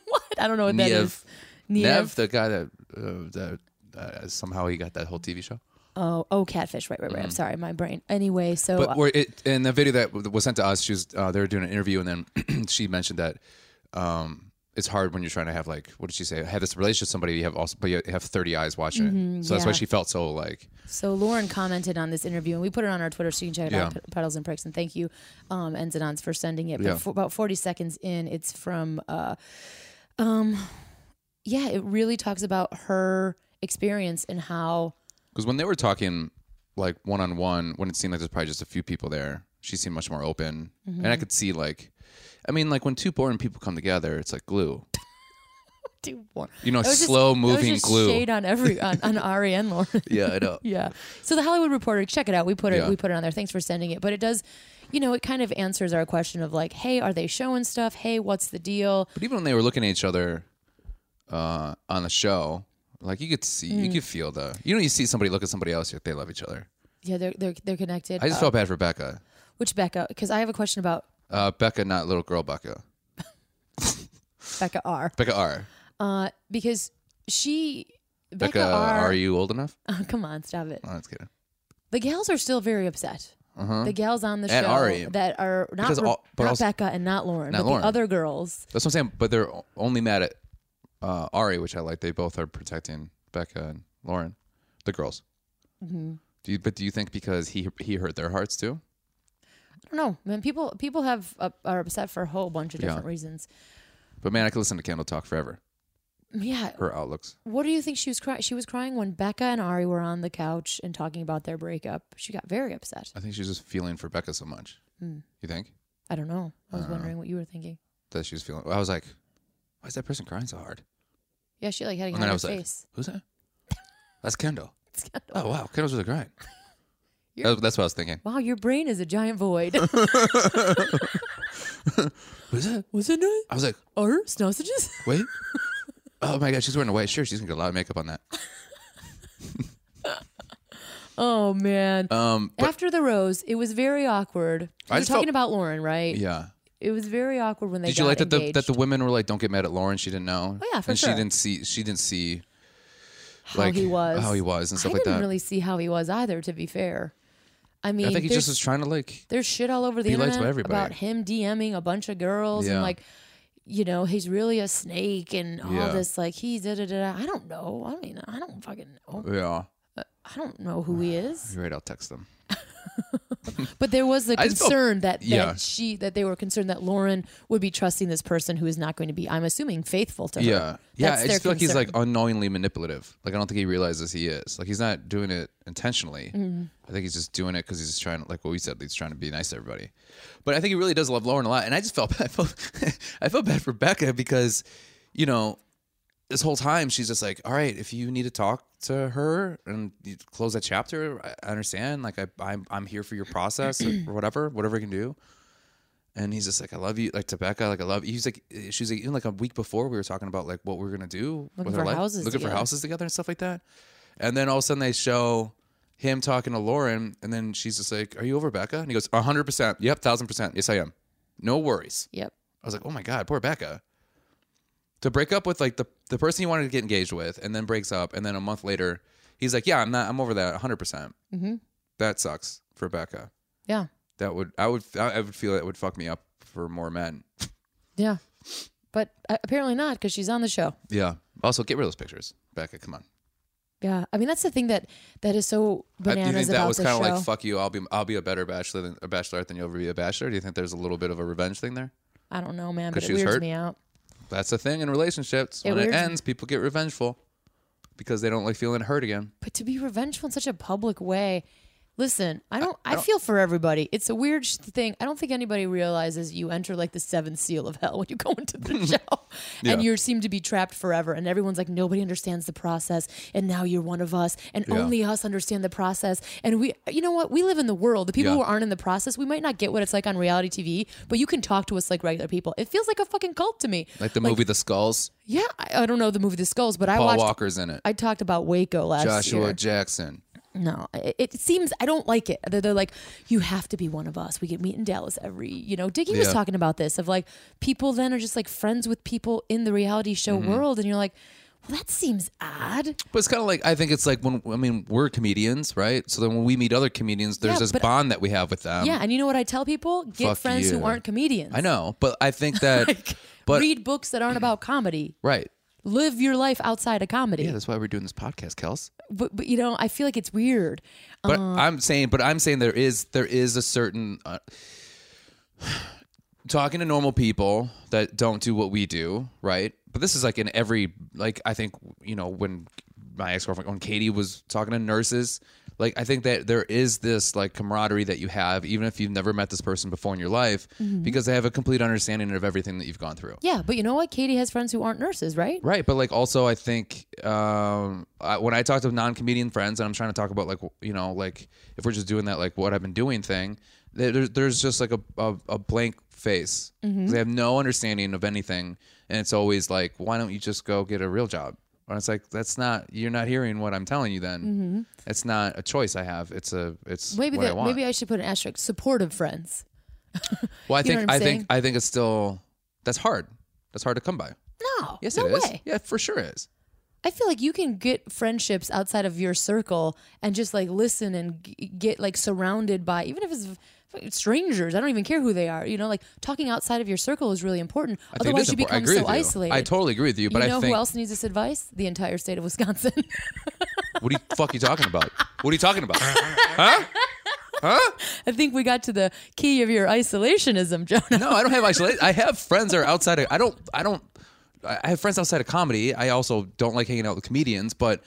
what? I don't know what that
Niev.
is.
Nev, the guy that, uh, that uh, somehow he got that whole TV show.
Oh, oh, catfish. Right, right, right. I'm sorry, my brain. Anyway, so
Mm. But where it in the video that was sent to us, she was uh, they were doing an interview, and then she mentioned that um, it's hard when you're trying to have like what did she say? Have this relationship with somebody you have also, but you have 30 eyes watching it. So that's why
yeah.
she felt so like
So Lauren commented on this interview, and we put it on our Twitter, so you can check it out.
Yeah.
P- Puddles and Pricks, and thank you, um, Enzidons, for sending it. But
Yeah.
for about forty seconds in, it's from, uh, um, yeah, it really talks about her experience and how
because when they were talking like one on one, when it seemed like there's probably just a few people there, she seemed much more open, and I could see like, I mean, like when two boring people come together, it's like glue.
do more.
You know,
That was just-
slow
that was
moving
just
glue.
Shade on every on, on Ari and Lauren.
Yeah, I know.
Yeah. So the Hollywood Reporter, check it out. We put it
Yeah.
we put it on there. Thanks for sending it. But it does, you know, it kind of answers our question of like, hey, are they showing stuff? Hey, what's the deal?
But even when they were looking at each other uh, on the show, like you could see,
Mm.
you could feel the. You know, you see somebody look at somebody else, you're like, they love each other.
Yeah, they're they're they're connected.
I just
Uh,
felt bad for Becca.
which Becca? Because I have a question about
Uh, Becca, not little girl Becca.
Becca R.
Becca R.
Uh, because she Becca,
Becca, uh, E.
R.
are you old enough?
Oh, come on, stop it.
Oh, that's kidding.
The gals are still very upset. The gals on the
Uh-huh. At
show
Ari.
that are not,
Because
Re-
all- but
not
also-
Becca and not Lauren,
Not
but
Lauren.
the other girls.
That's what I'm saying. But they're o- only mad at uh, Ari, which I like. They both are protecting Becca and Lauren, the girls.
Mm-hmm.
Do you, but do you think because he he hurt their hearts too?
I don't know. Man, people people have uh, are upset for a whole bunch of
Yeah.
different reasons.
But man, I could listen to Kendall talk forever.
Yeah.
Her outlooks.
What do you think she was crying? She was crying when Becca and Ari were on the couch and talking about their breakup. She got very upset.
I think she's just feeling for Becca so much.
Mm.
You think?
I don't know. I was
Uh-huh.
wondering what you were thinking.
that she was feeling. I was like, why is that person crying so hard?
Yeah, she like had a
And then I
her
was like,
face.
who's that? That's Kendall. Oh, wow. Kendall's really crying.
You're-
That- That's what I was thinking.
wow, your brain is a giant void.
Who's that?
was it not?
I was like,
Or sausages?
wait. oh my God. She's wearing a white shirt. She's going to get a lot of makeup on that.
Oh man.
Um, but
After the rose, it was very awkward.
I
You're
just
talking
felt-
about Lauren, right?
yeah.
It was very awkward when they
Did
got
you like that the,
engaged.
that the women were like, don't get mad at Lauren. She didn't know.
Oh, yeah, for
And she
sure.
didn't see, she didn't see
how
like,
he was?
how he was and stuff
I
like
didn't
that.
really see how he was either. To be fair, I mean,
I think he
there's-
just was trying to like,
there's shit all over the
Be liked by
internet
everybody.
about him DMing a bunch of girls
Yeah.
and like, you know, he's really a snake and all
Yeah.
this. Like he's da da da. da. I don't know. I mean, I don't fucking know.
yeah,
I don't know who he is.
you're right. I'll text them.
But there was the
I just felt-
concern that, that
yeah.
she that they were concerned that Lauren would be trusting this person who is not going to be, I'm assuming, faithful to her.
Yeah. Yeah.
That's
I just
their
feel like he's like
concern.
unknowingly manipulative. Like, I don't think he realizes he is. Like, he's not doing it intentionally.
Mm-hmm.
I think he's just doing it because he's just trying to, like what we said, he's trying to be nice to everybody. But I think he really does love Lauren a lot. And I just felt bad. I felt, I felt bad for Becca because, you know, this whole time she's just like, all right, if you need to talk to her and you close that chapter, I- I understand. Like, I, I'm, I'm here for your process or whatever, whatever I can do. And he's just like, I love you, like to Becca, like I love you. He's like, she was like, even like a week before we were talking about like what we were gonna do
Looking for houses
looking for
together.
houses together and stuff like that. And then all of a sudden they show him talking to Lauren, and then she's just like, "Are you over Becca?" And he goes, hundred percent, yep, thousand percent, yes I am, no worries."
Yep.
I was like, "Oh my god, poor Becca." To break up with like the the person you wanted to get engaged with, and then breaks up, and then a month later, he's like, "Yeah, I'm not, I'm over that, hundred percent."
Mhm.
That sucks for Becca
Yeah.
that would I would I would feel that would fuck me up for more men.
Yeah. But uh, apparently not because she's on the show.
Yeah. Also, get rid of those pictures, Becca. Come on.
Yeah. I mean, that's the thing that that is so
I- do
bananas
you think
about
that was
the show.
kind of like fuck you? I'll be I'll be a better bachelor than a bachelorette than you'll ever be a bachelor. Do you think there's a little bit of a revenge thing there?
I don't know, man, but
'Cause
it
she was
weirds
hurt?
me out.
That's a thing in relationships.
It
when it
weirds me-
ends, people get revengeful because they don't like feeling hurt again.
But to be revengeful in such a public way, listen, I don't. I, feel for everybody. It's a weird sh- thing. I don't think anybody realizes you enter like the seventh seal of hell when you go into the show,
Yeah.
and you seem to be trapped forever. And everyone's like, nobody understands the process, and now you're one of us, and
Yeah.
only us understand the process. And we, you know what? We live in the world. The people
Yeah.
who aren't in the process, we might not get what it's like on reality TV, but you can talk to us like regular people. It feels like a fucking cult to me.
Like the movie The Skulls.
Yeah, I, I don't know the movie The Skulls, but I
Paul
watched.
Walker's in it.
I talked about Waco last
Joshua
year.
Jackson.
No, it, it seems I don't like it. They're, they're like, you have to be one of us. We get meet in Dallas every, you know. Diggy was
Yeah.
talking about this of like people then are just like friends with people in the reality show
Mm-hmm.
world, and you're like, well, that seems odd.
But it's kind of like I think it's like when I mean we're comedians, right? So then when we meet other comedians, there's
Yeah,
this
but-
bond that we have with them.
yeah, and you know what I tell people? Get
fuck
friends
you.
who aren't comedians.
I know, but I think that But-
Read books that aren't about comedy.
Right.
Live your life outside of comedy.
Yeah, that's why we're doing this podcast, Kels.
but, but you know, I feel like it's weird.
But I'm saying, but I'm saying there is there is a certain uh, talking to normal people that don't do what we do, right? But this is like in every like I think you know when my ex girlfriend when Katie was talking to nurses, like I think that there is this like camaraderie that you have even if you've never met this person before in your life because they have a complete understanding of everything that you've gone through.
Yeah, but you know what? Katie has friends who aren't nurses, right?
Right, but like also, I think um, I, when I talk to non-comedian friends, and I'm trying to talk about like you know like if we're just doing that like what I've been doing thing, there, there's- there's just like a a, a blank face.
Mm-hmm.
They have no understanding of anything, and it's always like, why don't you just go get a real job? And it's like that's not you're not hearing what I'm telling you. Then it's not a choice I have. It's a it's
Mm-hmm. Maybe
what I
that.
want.
Maybe I should put an asterisk. Supportive friends.
well, I
you know
think
what
I
I'm saying?
think I think it's still that's hard. That's hard to come by.
No.
Yes,
no
it is.
way.
Yeah, for sure it is.
I feel like you can get friendships outside of your circle and just like listen and g- get like surrounded by even if it's f- strangers. I don't even care who they are. You know, like talking outside of your circle is really important.
I think it
Otherwise,
is
you
important.
become
I agree
so
with you.
isolated.
I totally agree with you, but
you know
I think
who else needs this advice? The entire state of Wisconsin.
what are you fucking talking about? What are you talking about?
I think we got to the key of your isolationism, Jonah.
No, I don't have isolation. I have friends that are outside of I don't I don't I have friends outside of comedy. I also don't like hanging out with comedians, but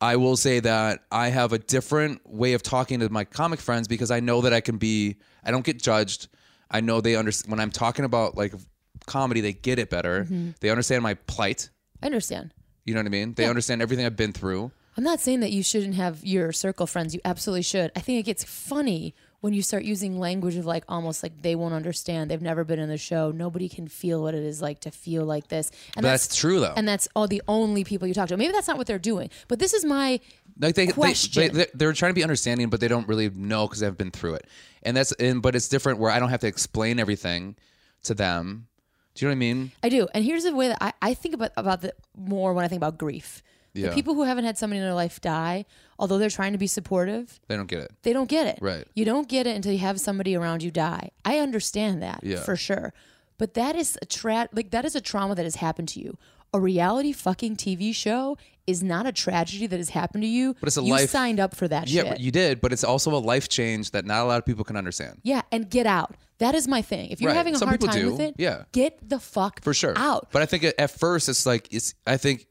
I will say that I have a different way of talking to my comic friends because I know that I can be I don't get judged. I know they understand when I'm talking about like comedy, they get it better.
Mm-hmm.
They understand my plight.
I understand.
You know what I mean? They understand everything I've been through.
I'm not saying that you shouldn't have your circle friends. You absolutely should. I think it gets funny when you start using language of like almost like they won't understand. They've never been in the show. Nobody can feel what it is like to feel like this. And
That's,
that's,
true though.
and that's all the only people you talk to. Maybe that's not what they're doing. But this is my
like they, they, they
question.
they- they're trying to be understanding but they don't really know because they've been through it and that's and but it's different where i don't have to explain everything to them do you know what i mean
I do. And here's the way that I, I think about about the more when I think about grief.
Yeah.
The people who haven't had somebody in their life die, although they're trying to be supportive,
they don't get it
they don't get it.
Right.
You don't get it until you have somebody around you die. I understand that
Yeah.
for sure. But that is a tra- like that is a trauma that has happened to you. A reality fucking TV show is not a tragedy that has happened to you. But
it's a
you
life-
signed up for that
yeah
shit.
but you did but it's also a life change that not a lot of people can understand
yeah, and get out. That is my thing. If you're
Right.
having a
Some
hard
people
time
do.
with it,
Yeah.
get the fuck
for sure
out.
but i think at- at first it's like it's i think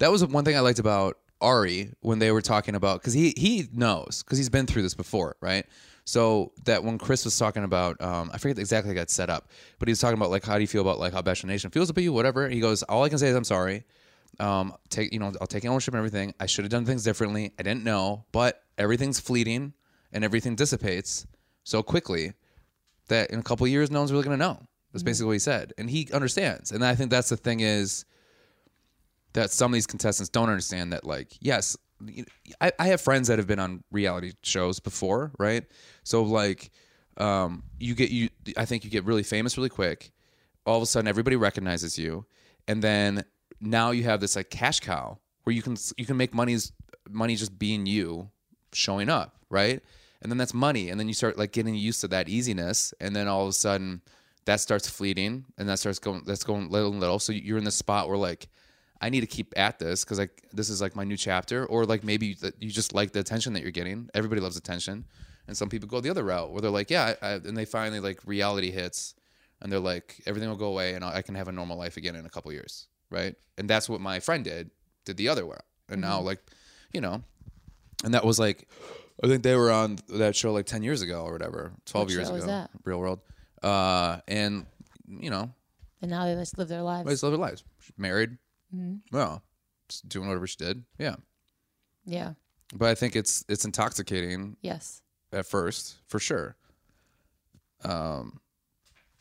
that was one thing i liked about ari when they were talking about because he he knows because he's been through this before right so that when chris was talking about um, i forget exactly how it got set up but he was talking about like how do you feel about like how bachelor nation feels about you whatever he goes all i can say is i'm sorry um, take you know i'll take ownership and everything i should have done things differently i didn't know but everything's fleeting and everything dissipates so quickly that in a couple of years no one's really going to know that's basically what he said and he understands and i think that's the thing is that some of these contestants don't understand that like yes you- i, I have friends that have been on reality shows before right so like um, you get you i think you get really famous really quick all of a sudden everybody recognizes you and then now you have this like cash cow where you can you can make money's money just being you showing up right and then that's money and then you start like getting used to that easiness and then all of a sudden that starts fleeting and that starts going that's going little and little so you're in this spot where like i need to keep at this because like this is like my new chapter or like maybe that you just like the attention that you're getting everybody loves attention and some people go the other route where they're like yeah I, I, and they finally like reality hits and they're like everything will go away and i can have a normal life again in a couple years right and that's what my friend did did the other way and now
Mm-hmm.
like you know and that was like i think they were on that show like 10 years ago or whatever 12
What
years
show
ago
was that?
real world uh and you know
and now they just live their lives.
they just live their lives She's married
Mm-hmm.
well just doing whatever she did yeah
yeah.
but i think it's it's intoxicating
Yes.
at first for sure um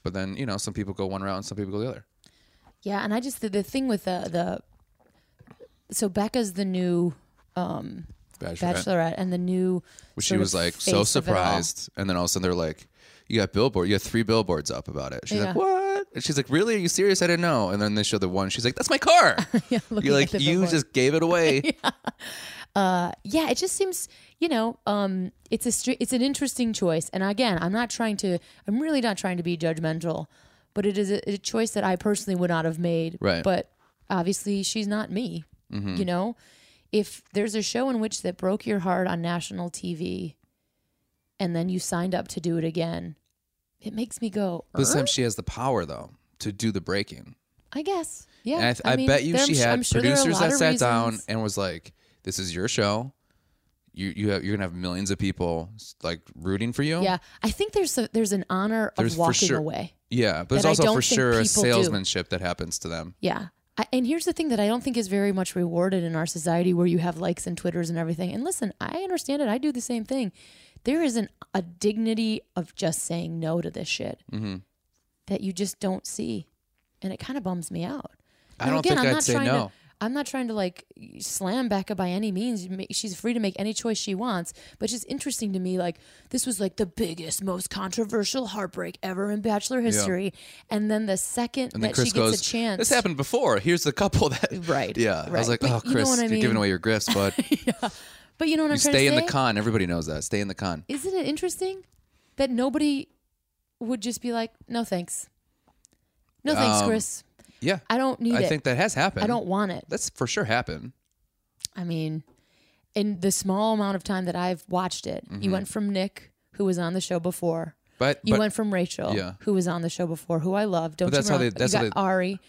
but then you know some people go one route and some people go the other
Yeah, and I just the, the thing with the the so Becca's the new um, bachelorette and the new
she
sort
was
of
like
face of it
so
all.
surprised and then all of a sudden they're like you got billboard you got three billboards up about it she's
Yeah.
like what and she's like really are you serious i didn't know and then they showed the one she's like that's my car
looking
you're
at
like
the
you
billboard.
just gave it away
yeah, it just seems, you know, um, it's a str- it's an interesting choice. And again, I'm not trying to, I'm really not trying to be judgmental, but it is a, a choice that I personally would not have made.
Right. Mm-hmm.
But obviously, she's not me. You know, if there's a show in which that broke your heart on national TV, and then you signed up to do it again, it makes me go.
But this
"Er?"
time she has the power though to do the breaking.
I guess. Yeah.
And I, th- I,
mean,
bet you
there-
she
I'm su-
had
I'm sure there are a
producers
lot
that
of
sat down
reasons.
and was like, "This is your show. You you have, you're gonna have millions of people like rooting for you."
Yeah, I think there's a, there's an honor of
There's for
walking
sure-
away.
yeah. But there's
That I
also
don't
for
think
sure a
people do.
salesmanship that happens to them.
Yeah. I, and here's the thing that I don't think is very much rewarded in our society where you have likes and Twitters and everything. And listen, I understand it. I do the same thing. There is an, a dignity of just saying no to this shit
Mm-hmm.
that you just don't see. And it kind of bums me out.
I
Now,
don't think I'd say
trying
no.
To, I'm not trying to like slam Becca by any means. You ma- She's free to make any choice she wants, but it's just interesting to me. Like this was like the biggest, most controversial heartbreak ever in Bachelor history, and then the second
And then
that
Chris
she gets
goes,
a chance,
"This happened before. Here's the couple that."
Right,
Yeah. I
right.
was like,
But
"Oh,
you know
Chris,
what I
you're giving
mean.
away your gifts, but
But you know what I'm
you
trying
stay
to
in
say?
the con. Everybody knows that. Stay in the con."
Isn't it interesting that nobody would just be like, "No thanks, no thanks,
Um,
Chris.
Yeah.
I don't need
I
it.
think that has happened.
I don't want it."
That's for sure happened.
I mean, in the small amount of time that I've watched it, you went from Nick, who was on the show before,
But
you
Mm-hmm. but-
went from Rachel,
Yeah.
who was on the show before, who I love. Don't
that's
you
how
wrong.
they- that's
you
how
got Ari,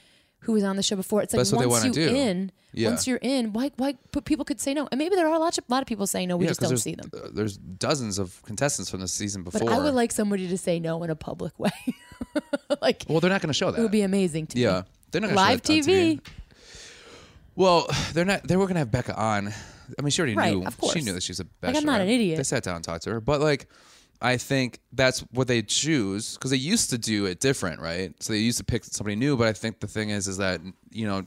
who was on the show before. It's like
That's what they
once you
wanna do.
in,
Yeah.
once you're in, why why but people could say no, and maybe there are a lot of, lot of people saying no. We
Yeah,
just
'cause
don't
there's-
see them.
uh, There's dozens of contestants from the season before.
But I would like somebody to say no in a public way. like
well, they're not going to show that.
it would be amazing to
yeah,
me.
they're not gonna show
Live
that on
TV.
Well, they're not. They were going to have Becca on. I mean, she already
Right,
knew.
of course.
She knew that she was a bachelorette.
Like, I'm not an idiot.
They sat down and talked to her, but like, I think that's what they choose because they used to do it different, right? So they used to pick somebody new. But I think the thing is, is that you know,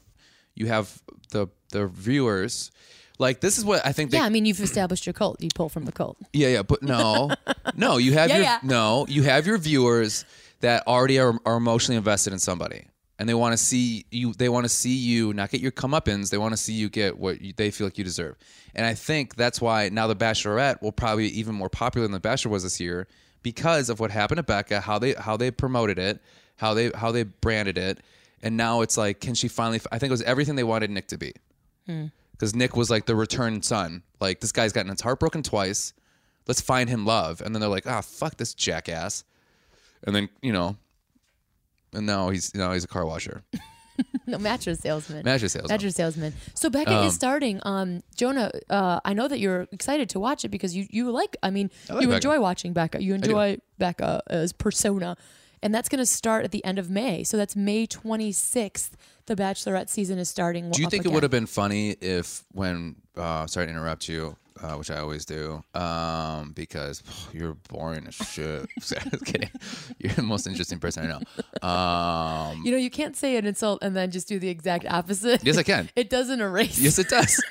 you have the the viewers. Like this is what I think. They,
Yeah, I mean, you've established your cult. You pull from the cult.
Yeah, yeah, but no, no. You have
Yeah,
your
yeah.
no. You have your viewers that already are, are emotionally invested in somebody, and they want to see you. They want to see you not get your comeuppance. They want to see you get what you, they feel like you deserve. And I think that's why now the Bachelorette will probably be even more popular than the Bachelor was this year because of what happened to Becca, how they how they promoted it, how they how they branded it, and now it's like, can she finally? I think it was everything they wanted Nick to be.
Hmm.
Because Nick was like the returned son. Like, this guy's gotten his heart broken twice let's find him love. And then they're like, ah, fuck this jackass. And then, you know, and now he's now he's a car washer.
No, mattress salesman.
Mattress salesman.
Mattress salesman. So Becca is starting. Um, Jonah, uh, I know that you're excited to watch it because you you like. I mean,
like
you
Becca.
enjoy watching Becca. You enjoy Becca as persona, and that's going to start at the end of May. So that's May 26th. The Bachelorette season is starting.
Do you think it would have been funny if when uh sorry to interrupt you, uh, which I always do, um, because you're boring as shit. Just kidding. You're the most interesting person I know. Um,
You know, you can't say an insult and then just do the exact opposite.
yes, I can.
It doesn't erase.
Yes, it does.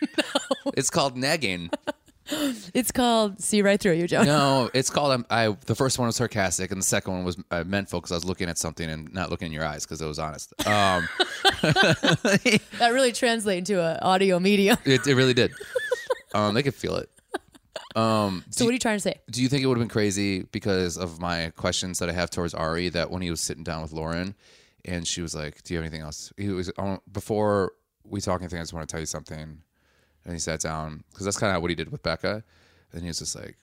It's called nagging.
It's called see right through you, Jonah.
No, it's called. Um, I the first one was sarcastic, and the second one was uh, mentful because I was looking at something and not looking in your eyes because it was honest. Um,
That really translates into an audio medium.
it, it really did. Um, they could feel it. Um,
So what are you trying to say?
do you think it would have been crazy because of my questions that I have towards Ari that when he was sitting down with Lauren, and she was like, "Do you have anything else?" He was um, before we talk anything. I just want to tell you something, and he sat down because that's kind of what he did with Becca, and he was just like.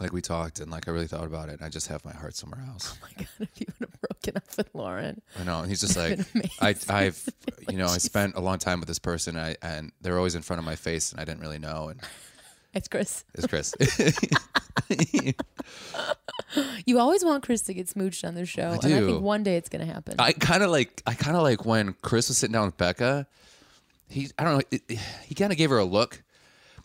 Like we talked, and like I really thought about it, and I just have my heart somewhere else.
Oh my God, if you would have broken up with Lauren.
I know. And he's just like,
been
I, I've, you know, I spent a long time with this person, and, I, and they're always in front of my face, and I didn't really know. And
It's Chris.
it's Chris.
You always want Chris to get smooched on their show,
I
and I
do.
think one day it's going to happen.
I kind of like, I kind of like when Chris was sitting down with Becca. He, I don't know, it, it- he kind of gave her a look.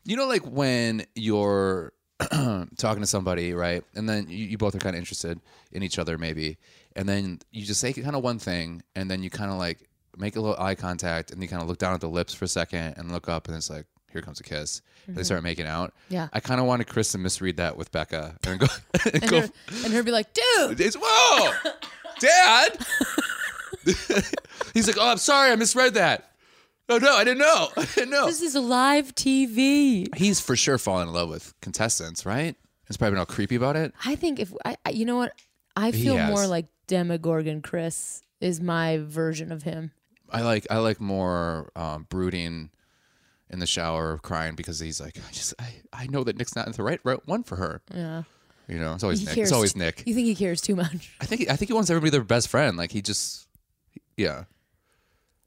You know, like when you're talking to somebody, right, and then you, you both are kind of interested in each other, maybe, and then you just say kind of one thing, and then you kind of like make a little eye contact, and you kind of look down at the lips for a second, and look up, and it's like. Here comes a kiss. And they start making out.
Yeah.
I kind of wanted Chris to misread that with Becca and go, and
and,
go
her, and her be like, dude,
it's whoa, Dad. He's like, oh, I'm sorry, I misread that. Oh no, I didn't know. I didn't know.
this is live TV.
He's for sure fallen in love with contestants, right? He's probably been all creepy about it.
I think if I, I you know what, I feel
has.
more like Demogorgon Chris is my version of him.
I like I like more um, brooding in the shower, crying because he's like, I just I, I know that Nick's not the right, right one for her.
Yeah.
You know, it's always
He
Nick.
cares
It's always
t-
Nick.
You think he cares too much?
I think I think he wants everybody their best friend. Like he just, yeah.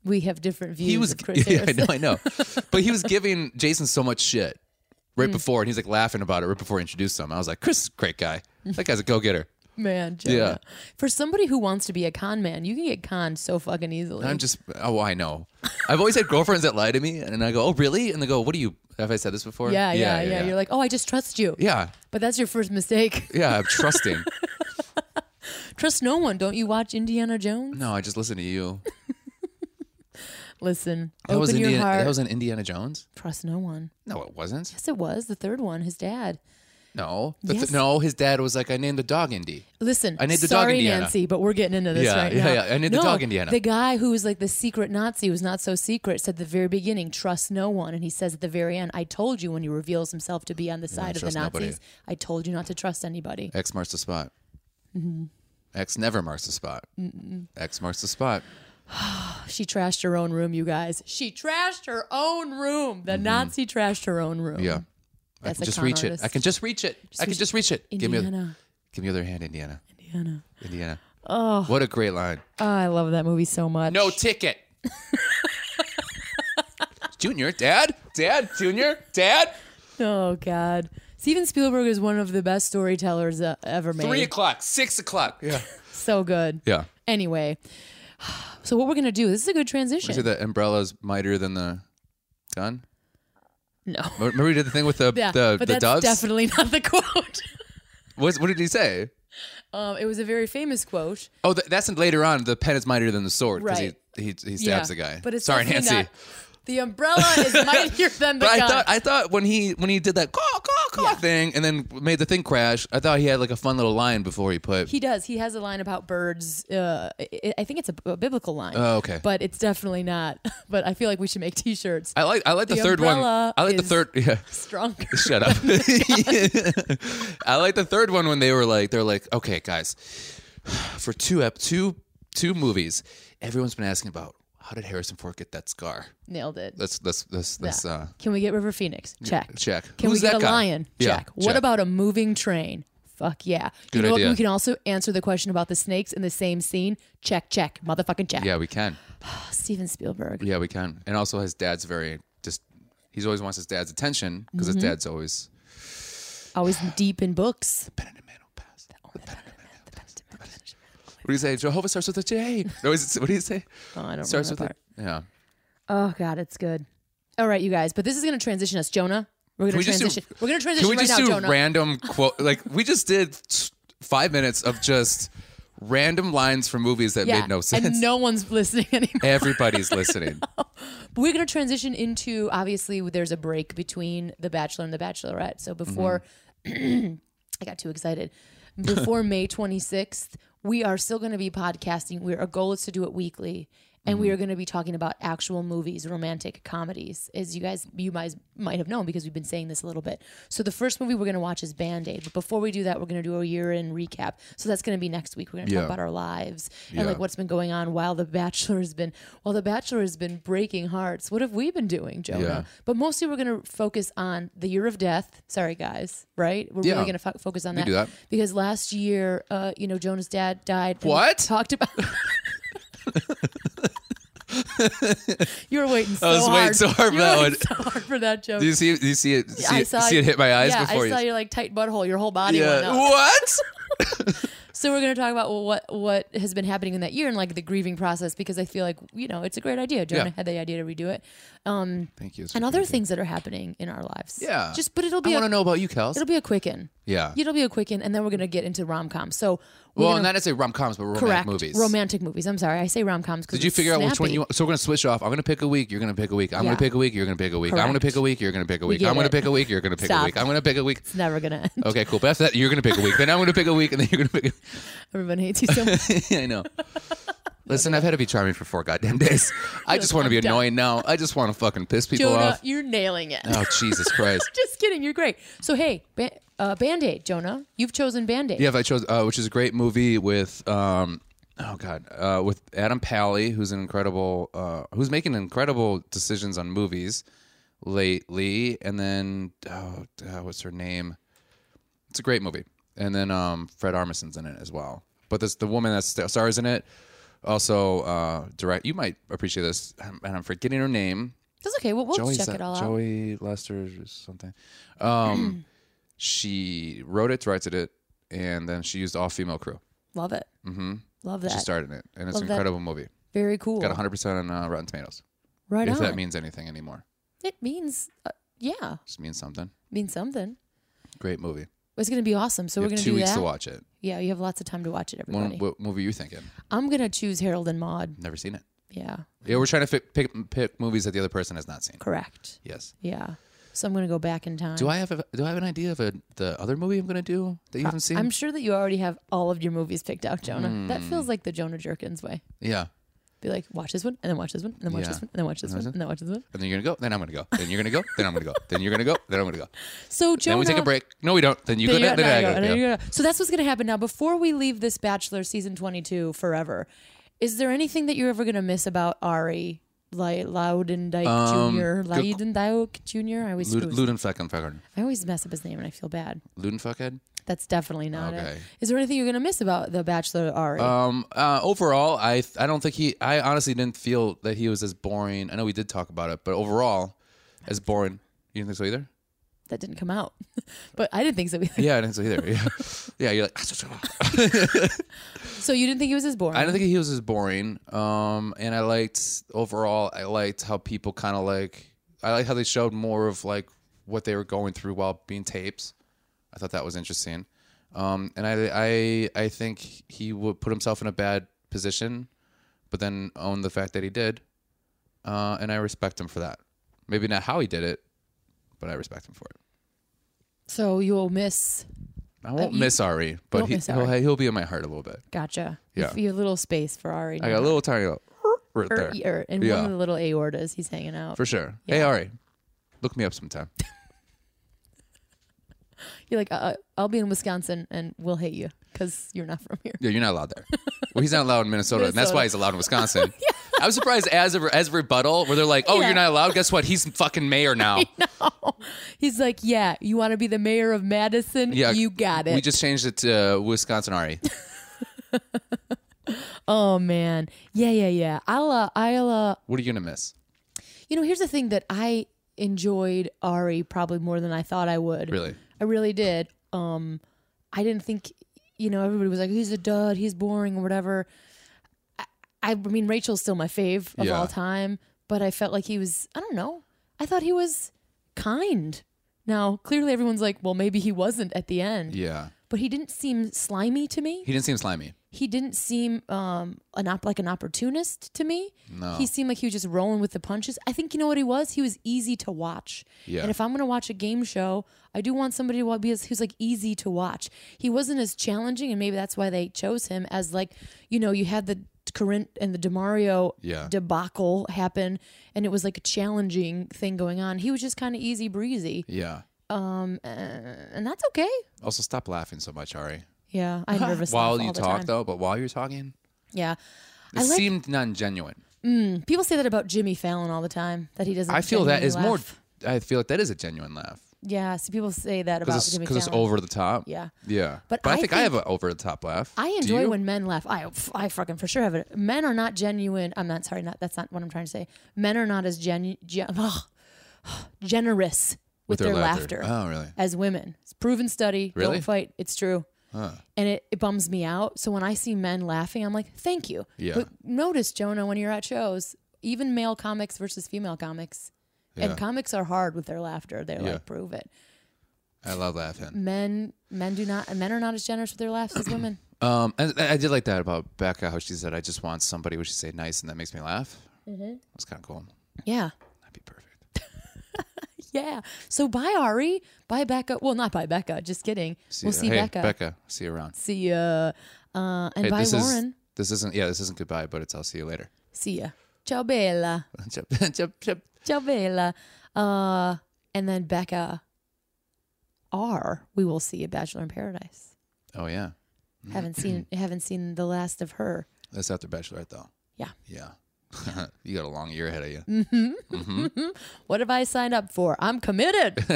We have different views
he was
of Chris
yeah, I
Harrison.
know, I know. but he was giving Jason so much shit
Mm.
right before, and he's like laughing about it right before he introduced him. I was like, Chris is a great guy. That guy's a go getter.
Man, Jonah.
Yeah.
For somebody who wants to be a con man, you can get conned so fucking easily.
I'm just oh I know. I've always had girlfriends that lie to me, and I go, oh really? And they go, what do you? Have I said this before?
yeah, yeah, yeah,
yeah.
You're like, oh, I just trust you.
yeah,
But that's your first mistake.
yeah. I'm trusting.
trust no one. Don't you watch Indiana Jones?
no, I just listen to you.
Listen,
That
open
was
your
Indiana.
heart.
That was an Indiana Jones.
trust no one.
No, it wasn't.
Yes, it was the third one. His dad.
No, The th-
Yes.
no. His dad was like, I named the dog Indy.
Listen,
I need the dog
sorry,
Indiana.
Nancy, but we're getting into this
Yeah,
right
yeah,
now.
yeah, I need the
no,
dog Indiana.
The guy who was like the secret Nazi who's not so secret said at the very beginning, trust no one. And he says at the very end, I told you when he reveals himself to be on the side of the
trust
Nazis,
nobody.
I told you not to trust anybody.
X marks the spot.
Mm-hmm.
X never marks the spot. X marks the spot.
She trashed her own room, you guys. She trashed her own room. The Nazi trashed her own room.
Mm-hmm. Yeah. I
That's Um,
can
a
just
con
reach
artist.
it. I can just reach it. I can
reach
just reach it. Give me,
Indiana.
give me the other hand, Indiana.
Indiana.
Indiana. Oh, what a great line.
Oh, I love that movie so much.
No ticket. Junior, Dad, Dad, Junior, Dad.
Oh, God. Steven Spielberg is one of the best storytellers uh, ever made.
Three o'clock, six o'clock. Yeah,
So good.
yeah.
Anyway, so what we're gonna do? This is a good transition.
You say the umbrella's mightier than the gun.
no,
Remember we did the thing with the
yeah,
the,
but
the
that's
doves.
definitely not the quote.
What's- what did he say?
um, it was a very famous quote.
Oh, th- that's in- later on. The pen is mightier than the sword because
Right.
he, he he stabs
yeah,
the guy.
But it's
sorry,
definitely
Nancy.
not- the umbrella is mightier than the
But I
gun.
thought I thought when he when he did that caw caw caw thing and then made the thing crash, I thought he had like a fun little line before he put.
he does. He has a line about birds. Uh, I I think it's a, a biblical line.
Oh, okay.
But it's definitely not. But I feel like we should make T-shirts.
I like I like the,
The
third one.
umbrella
I like the
is-
third. Yeah,
Stronger.
shut up. I like the third one when they were like they're like okay guys, for two ep two two movies, everyone's been asking about how did Harrison Ford get that scar?
Nailed it.
Let's let's let's let's
Yeah.
uh
Can we get River Phoenix? Check.
check.
Can
Who's
we get
that
a
guy?
lion?
Yeah,
Check. What
check.
about a moving train? Fuck yeah. you
Good
know
idea.
what? We can also answer the question about the snakes in the same scene. Check, check. Motherfucking check.
yeah we can
Steven Spielberg.
yeah we can and also his dad's very just he's always wants his dad's attention because his dad's always
Always deep in books. Oh,
What do you say? Jehovah starts with a J. No, is it, what do you say?
Oh, I don't
Starts
remember
with
that
a yeah.
part. Oh god, it's good. All right, you guys, but this is gonna transition us, Jonah. We're gonna
we just do-
transition. We're gonna transition
Can we
right
just
now,
do
Jonah.
random quote? like we just did s- five minutes of just random lines from movies that
yeah.
made no sense.
And no one's listening anymore.
Everybody's listening.
But we're going to transition into obviously there's a break between The Bachelor and The Bachelorette. So before I got too excited, before May 26th, we are still going to be podcasting. We our goal is to do it weekly. And we are going to be talking about actual movies, romantic comedies, as you guys you guys might have known because we've been saying this a little bit. So the first movie we're going to watch is Band Aid, but before we do that, we're going to do a year in recap. So that's going to be next week. We're going to
Yeah.
talk about our lives and
Yeah.
like what's been going on while the Bachelor has been while the Bachelor has been breaking hearts. What have we been doing, Jonah?
Yeah.
But mostly we're going to focus on the year of death. Sorry, guys. Right? We're
Yeah.
really going to fo- focus on that,
do that.
because last year, uh, you know, Jonah's dad died. and we
What?
talked about? you were waiting so
I was waiting
hard.
so hard
You
for
were
that
waiting
one.
So hard for that joke.
Do you see? Do you see it? See,
I
it,
saw
see it hit my eyes
yeah,
before
I
you.
saw your like tight butthole. Your whole body went
yeah.
up.
What?
So we're going to talk about well, what what has been happening in that year and like the grieving process because I feel like you know it's a great idea. Jonah
Yeah.
had the idea to redo it Um,
Thank you. it's
and
freaking
other
good.
things that are happening in our lives.
Yeah.
just but it'll
I
be
want to
a,
know about you, Kels.
it'll be a quicken.
yeah.
It'll be a quicken, and then we're going to get into rom coms. So we're
well,
gonna,
not necessarily rom coms, but romantic
correct
movies.
romantic movies. I'm sorry, I say rom coms.
Did you figure out which one you want? So we're gonna switch off. I'm gonna pick a week. You're gonna pick a week. I'm
Yeah.
gonna pick a week. You're gonna pick a week. I'm gonna
Correct.
pick a week. You're gonna pick a week.
get
I'm gonna
it.
pick a week. You're gonna pick
Stop.
a week. I'm gonna pick a week.
It's never going to end.
Okay, cool. But after that, you're gonna pick a week. Then I'm gonna pick a week, and then you're gonna pick.
Everyone hates you so much.
A... I know. Listen, I've had to be charming for four goddamn days. I just want to be
I'm done.
annoying now. I just want to fucking piss people
Jonah,
off.
you're nailing it.
Oh Jesus Christ!
Just kidding, you're great. So hey, ba- uh, Band Aid, Jonah, you've chosen Band Aid.
Yeah, if I chose, uh, which is a great movie with um, oh god, uh, with Adam Pally, who's an incredible, uh, who's making incredible decisions on movies lately, and then oh, uh, what's her name? It's a great movie, and then um, Fred Armisen's in it as well. But this the woman that st- stars in it also uh, direct. You might appreciate this, and I'm forgetting her name.
That's okay. We'll, we'll
Joey's
check
that-
it all out.
Joey Lester or something. Um, she wrote it, directed it, and then she used all female crew.
Love it. Mm-hmm. Love
She
that.
starred in it, and it's
Love
an
that.
incredible movie.
Very cool.
Got 100 percent on uh, Rotten Tomatoes.
right
if
on.
that means anything anymore,
it means, uh, yeah,
just means something.
means something.
Great movie.
It's gonna be awesome. So
You
we're
have
gonna
two
do
weeks
that.
to watch it.
Yeah, you have lots of time to watch it, everybody.
One, what movie are you thinking?
I'm gonna choose Harold and Maude.
Never seen it.
Yeah,
Yeah, we're trying to fi- pick pick movies that the other person has not seen.
correct.
Yes.
Yeah. So I'm gonna go back in time.
Do I have a, do I have an idea of a, the other movie I'm going to do that you haven't seen?
Uh, I'm sure that you already have all of your movies picked out, Jonah. That
Hmm.
feels like the Jonah Jerkins way.
yeah.
Be like, watch this one, and then watch this one, and then watch
Yeah.
this one, and then watch this one,
it?
and then watch this one.
And then you're going to go. Then I'm going to go. Then you're going to go. Then I'm going to go. Then you're going to go. Then I'm going to go.
So Jonah,
Then we take a break. No, we don't. Then you go.
Then
Then,
you
I
got-
go.
no, you got-
Yeah.
no, you got- So that's what's going to happen now. Before we leave this Bachelor season 22 forever, is there anything that you're ever going to miss about Ari Li- Loudendike
Um,
Jr.?
good-
Loudendike Jr.? I always,
Lud-
screw his-
Ludenfucking fucker.
I always mess up his name and I feel bad.
Ludenfuckhead.
That's definitely not it.
Okay.
Is there anything you're going to miss about the Bachelor Ari?
Um. Uh, overall, I I don't think he. I honestly didn't feel that he was as boring. I know we did talk about it, but overall, as boring. You didn't think so either?
that didn't come out. but I didn't think so either.
Yeah, I didn't think so either. Yeah, yeah. You're like.
So you didn't think he was as boring?
I don't think he was as boring. Um, and I liked overall. I liked how people kind of like. I like how they showed more of like what they were going through while being taped. I thought that was interesting. Um, and I, I, I think he would put himself in a bad position, but then own the fact that he did. Uh, and I respect him for that. Maybe not how he did it, but I respect him for it.
so you'll miss.
I won't
Uh, you-
miss Ari, but
won't
he,
miss
he'll,
Ari.
he'll be in my heart a little bit.
Gotcha.
Yeah.
You have a little space for Ari.
I got a little tiny little right there.
Er, and one
Yeah.
of the little aortas he's hanging out.
For sure. Hey, Ari, look me up sometime.
You're like, uh, I'll be in Wisconsin and we'll hate you because you're not from here.
Yeah, you're not allowed there. Well, he's not allowed in Minnesota, and that's
Minnesota.
why he's allowed in Wisconsin. I was surprised as a, as a rebuttal where they're like, "Oh,
Yeah.
you're not allowed." Guess what? He's fucking mayor now.
He's like, yeah, you want to be the mayor of Madison?
Yeah,
you got it.
We just changed it to uh, Wisconsin Ari.
oh man, yeah, yeah, yeah. I'll, uh, I'll, uh,
What are you gonna miss?
you know, here's the thing that I enjoyed Ari probably more than I thought I would.
Really?
I really did. Um, I didn't think, you know, everybody was like, he's a dud, he's boring, or whatever. I, I mean, Rachel's still my fave of
Yeah.
all time, but I felt like he was, I don't know, I thought he was kind. Now, clearly everyone's like, well, maybe he wasn't at the end,
Yeah,
but he didn't seem slimy to me.
he didn't seem slimy.
He didn't seem um, an op- like an opportunist to me. No. He seemed like he was just rolling with the punches. I think you know what he was? He was easy to watch.
Yeah.
And if I'm going to watch a game show, I do want somebody to wa- be as, who's like easy to watch. He wasn't as challenging, and maybe that's why they chose him as like, you know, you had the Corinth and the Demario
Yeah.
debacle happen, and it was like a challenging thing going on. He was just kind of easy breezy,
Yeah.
and that's okay.
Also, stop laughing so much, Ari.
Yeah, I'm nervous
While
all
you
the
talk,
time.
though, but while you're talking,
Yeah.
it seemed non-genuine.
People say that about Jimmy Fallon all the time that he doesn't.
I feel that
genuinely
is more.
laugh.
I feel like that is a genuine laugh
Yeah, see, people say that about
because
Jimmy
it's,
Fallon.
over the top.
Yeah.
Yeah.
But
I,
I
think, I
think-
have an over the top laugh.
I
Do
enjoy
you?
when men laugh. I, f- I fucking for sure have it. Men are not genuine. I'm not sorry. Not that's not what I'm trying to say. Men are not as genu- gen- ugh, generous with, their, laughter,
Oh, really?
as women. It's proven study.
Really?
Don't fight. It's true. And it, it bums me out. So when I see men laughing, I'm like, thank you.
Yeah.
But notice, Jonah, when you're at shows, even male comics versus female comics,
Yeah.
and comics are hard with their laughter. They're
Yeah.
like, prove it.
I love laughing.
men men do not men are not as generous with their laughs as women.
Um, and I I did like that about Becca, how she said, "I just want somebody who should say nice and that makes me laugh." Mm-hmm. That's kind of cool.
Yeah.
That'd be perfect.
Yeah. So bye Ari, bye Becca. Well, not bye Becca. Just kidding. we'll
ya.
see
hey,
Becca.
Becca, see you around.
See ya. Uh, and
Hey,
bye
this
Lauren.
is this isn't yeah this isn't goodbye, but it's I'll see you later.
See ya. Ciao Bella.
Chup, chup, chup.
Ciao Bella. Uh, and then Becca R. We will see a Bachelor in Paradise.
oh yeah,
Haven't seen haven't seen the last of her.
That's after Bachelorette, though.
Yeah. Mm.
Yeah. you got a long year ahead of you.
What have I signed up for? I'm committed.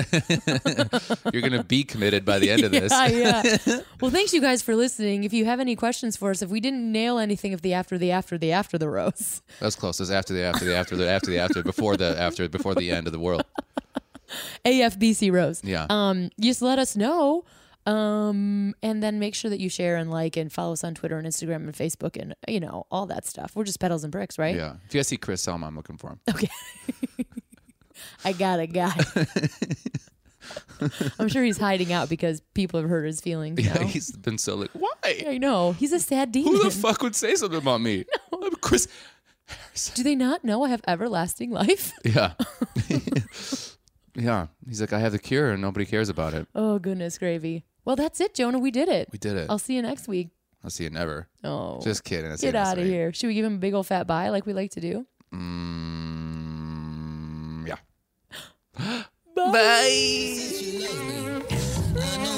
You're going to be committed by the end of this.
yeah, yeah. Well, thanks you guys for listening. If you have any questions for us, if we didn't nail anything of the after the after the after the rose,
That was close. That's after the after the after the after the after before the after before the end of the world.
AFBC rose.
Yeah.
Um, just let us know. Um, and then make sure that you share and like and follow us on Twitter and Instagram and Facebook and you know all that stuff. We're just pedals and bricks, right?
yeah. If you guys see Chris Selma, I'm looking for him.
Okay. I got a guy. I'm sure he's hiding out because people have hurt his feelings.
Yeah.
now.
He's been so like, why?
I know. He's a sad demon.
Who the fuck would say something about me? I'm Chris.
Do they not know I have everlasting life?
Yeah. yeah. He's like, I have the cure and nobody cares about it.
Oh, goodness gravy. Well, that's it, Jonah. We did it.
We did it.
I'll see you next week.
I'll see you never.
Oh,
Just kidding. That's
get
the end
out of
story.
here. Should we give him a big old fat bye like we like to do?
Mm, yeah.
I know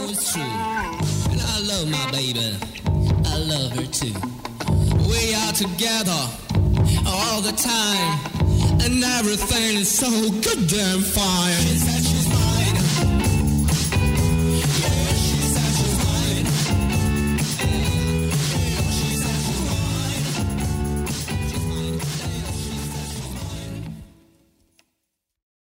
it's true. And I love my baby. I love her too. We are together all the time. And everything is so goddamn fine.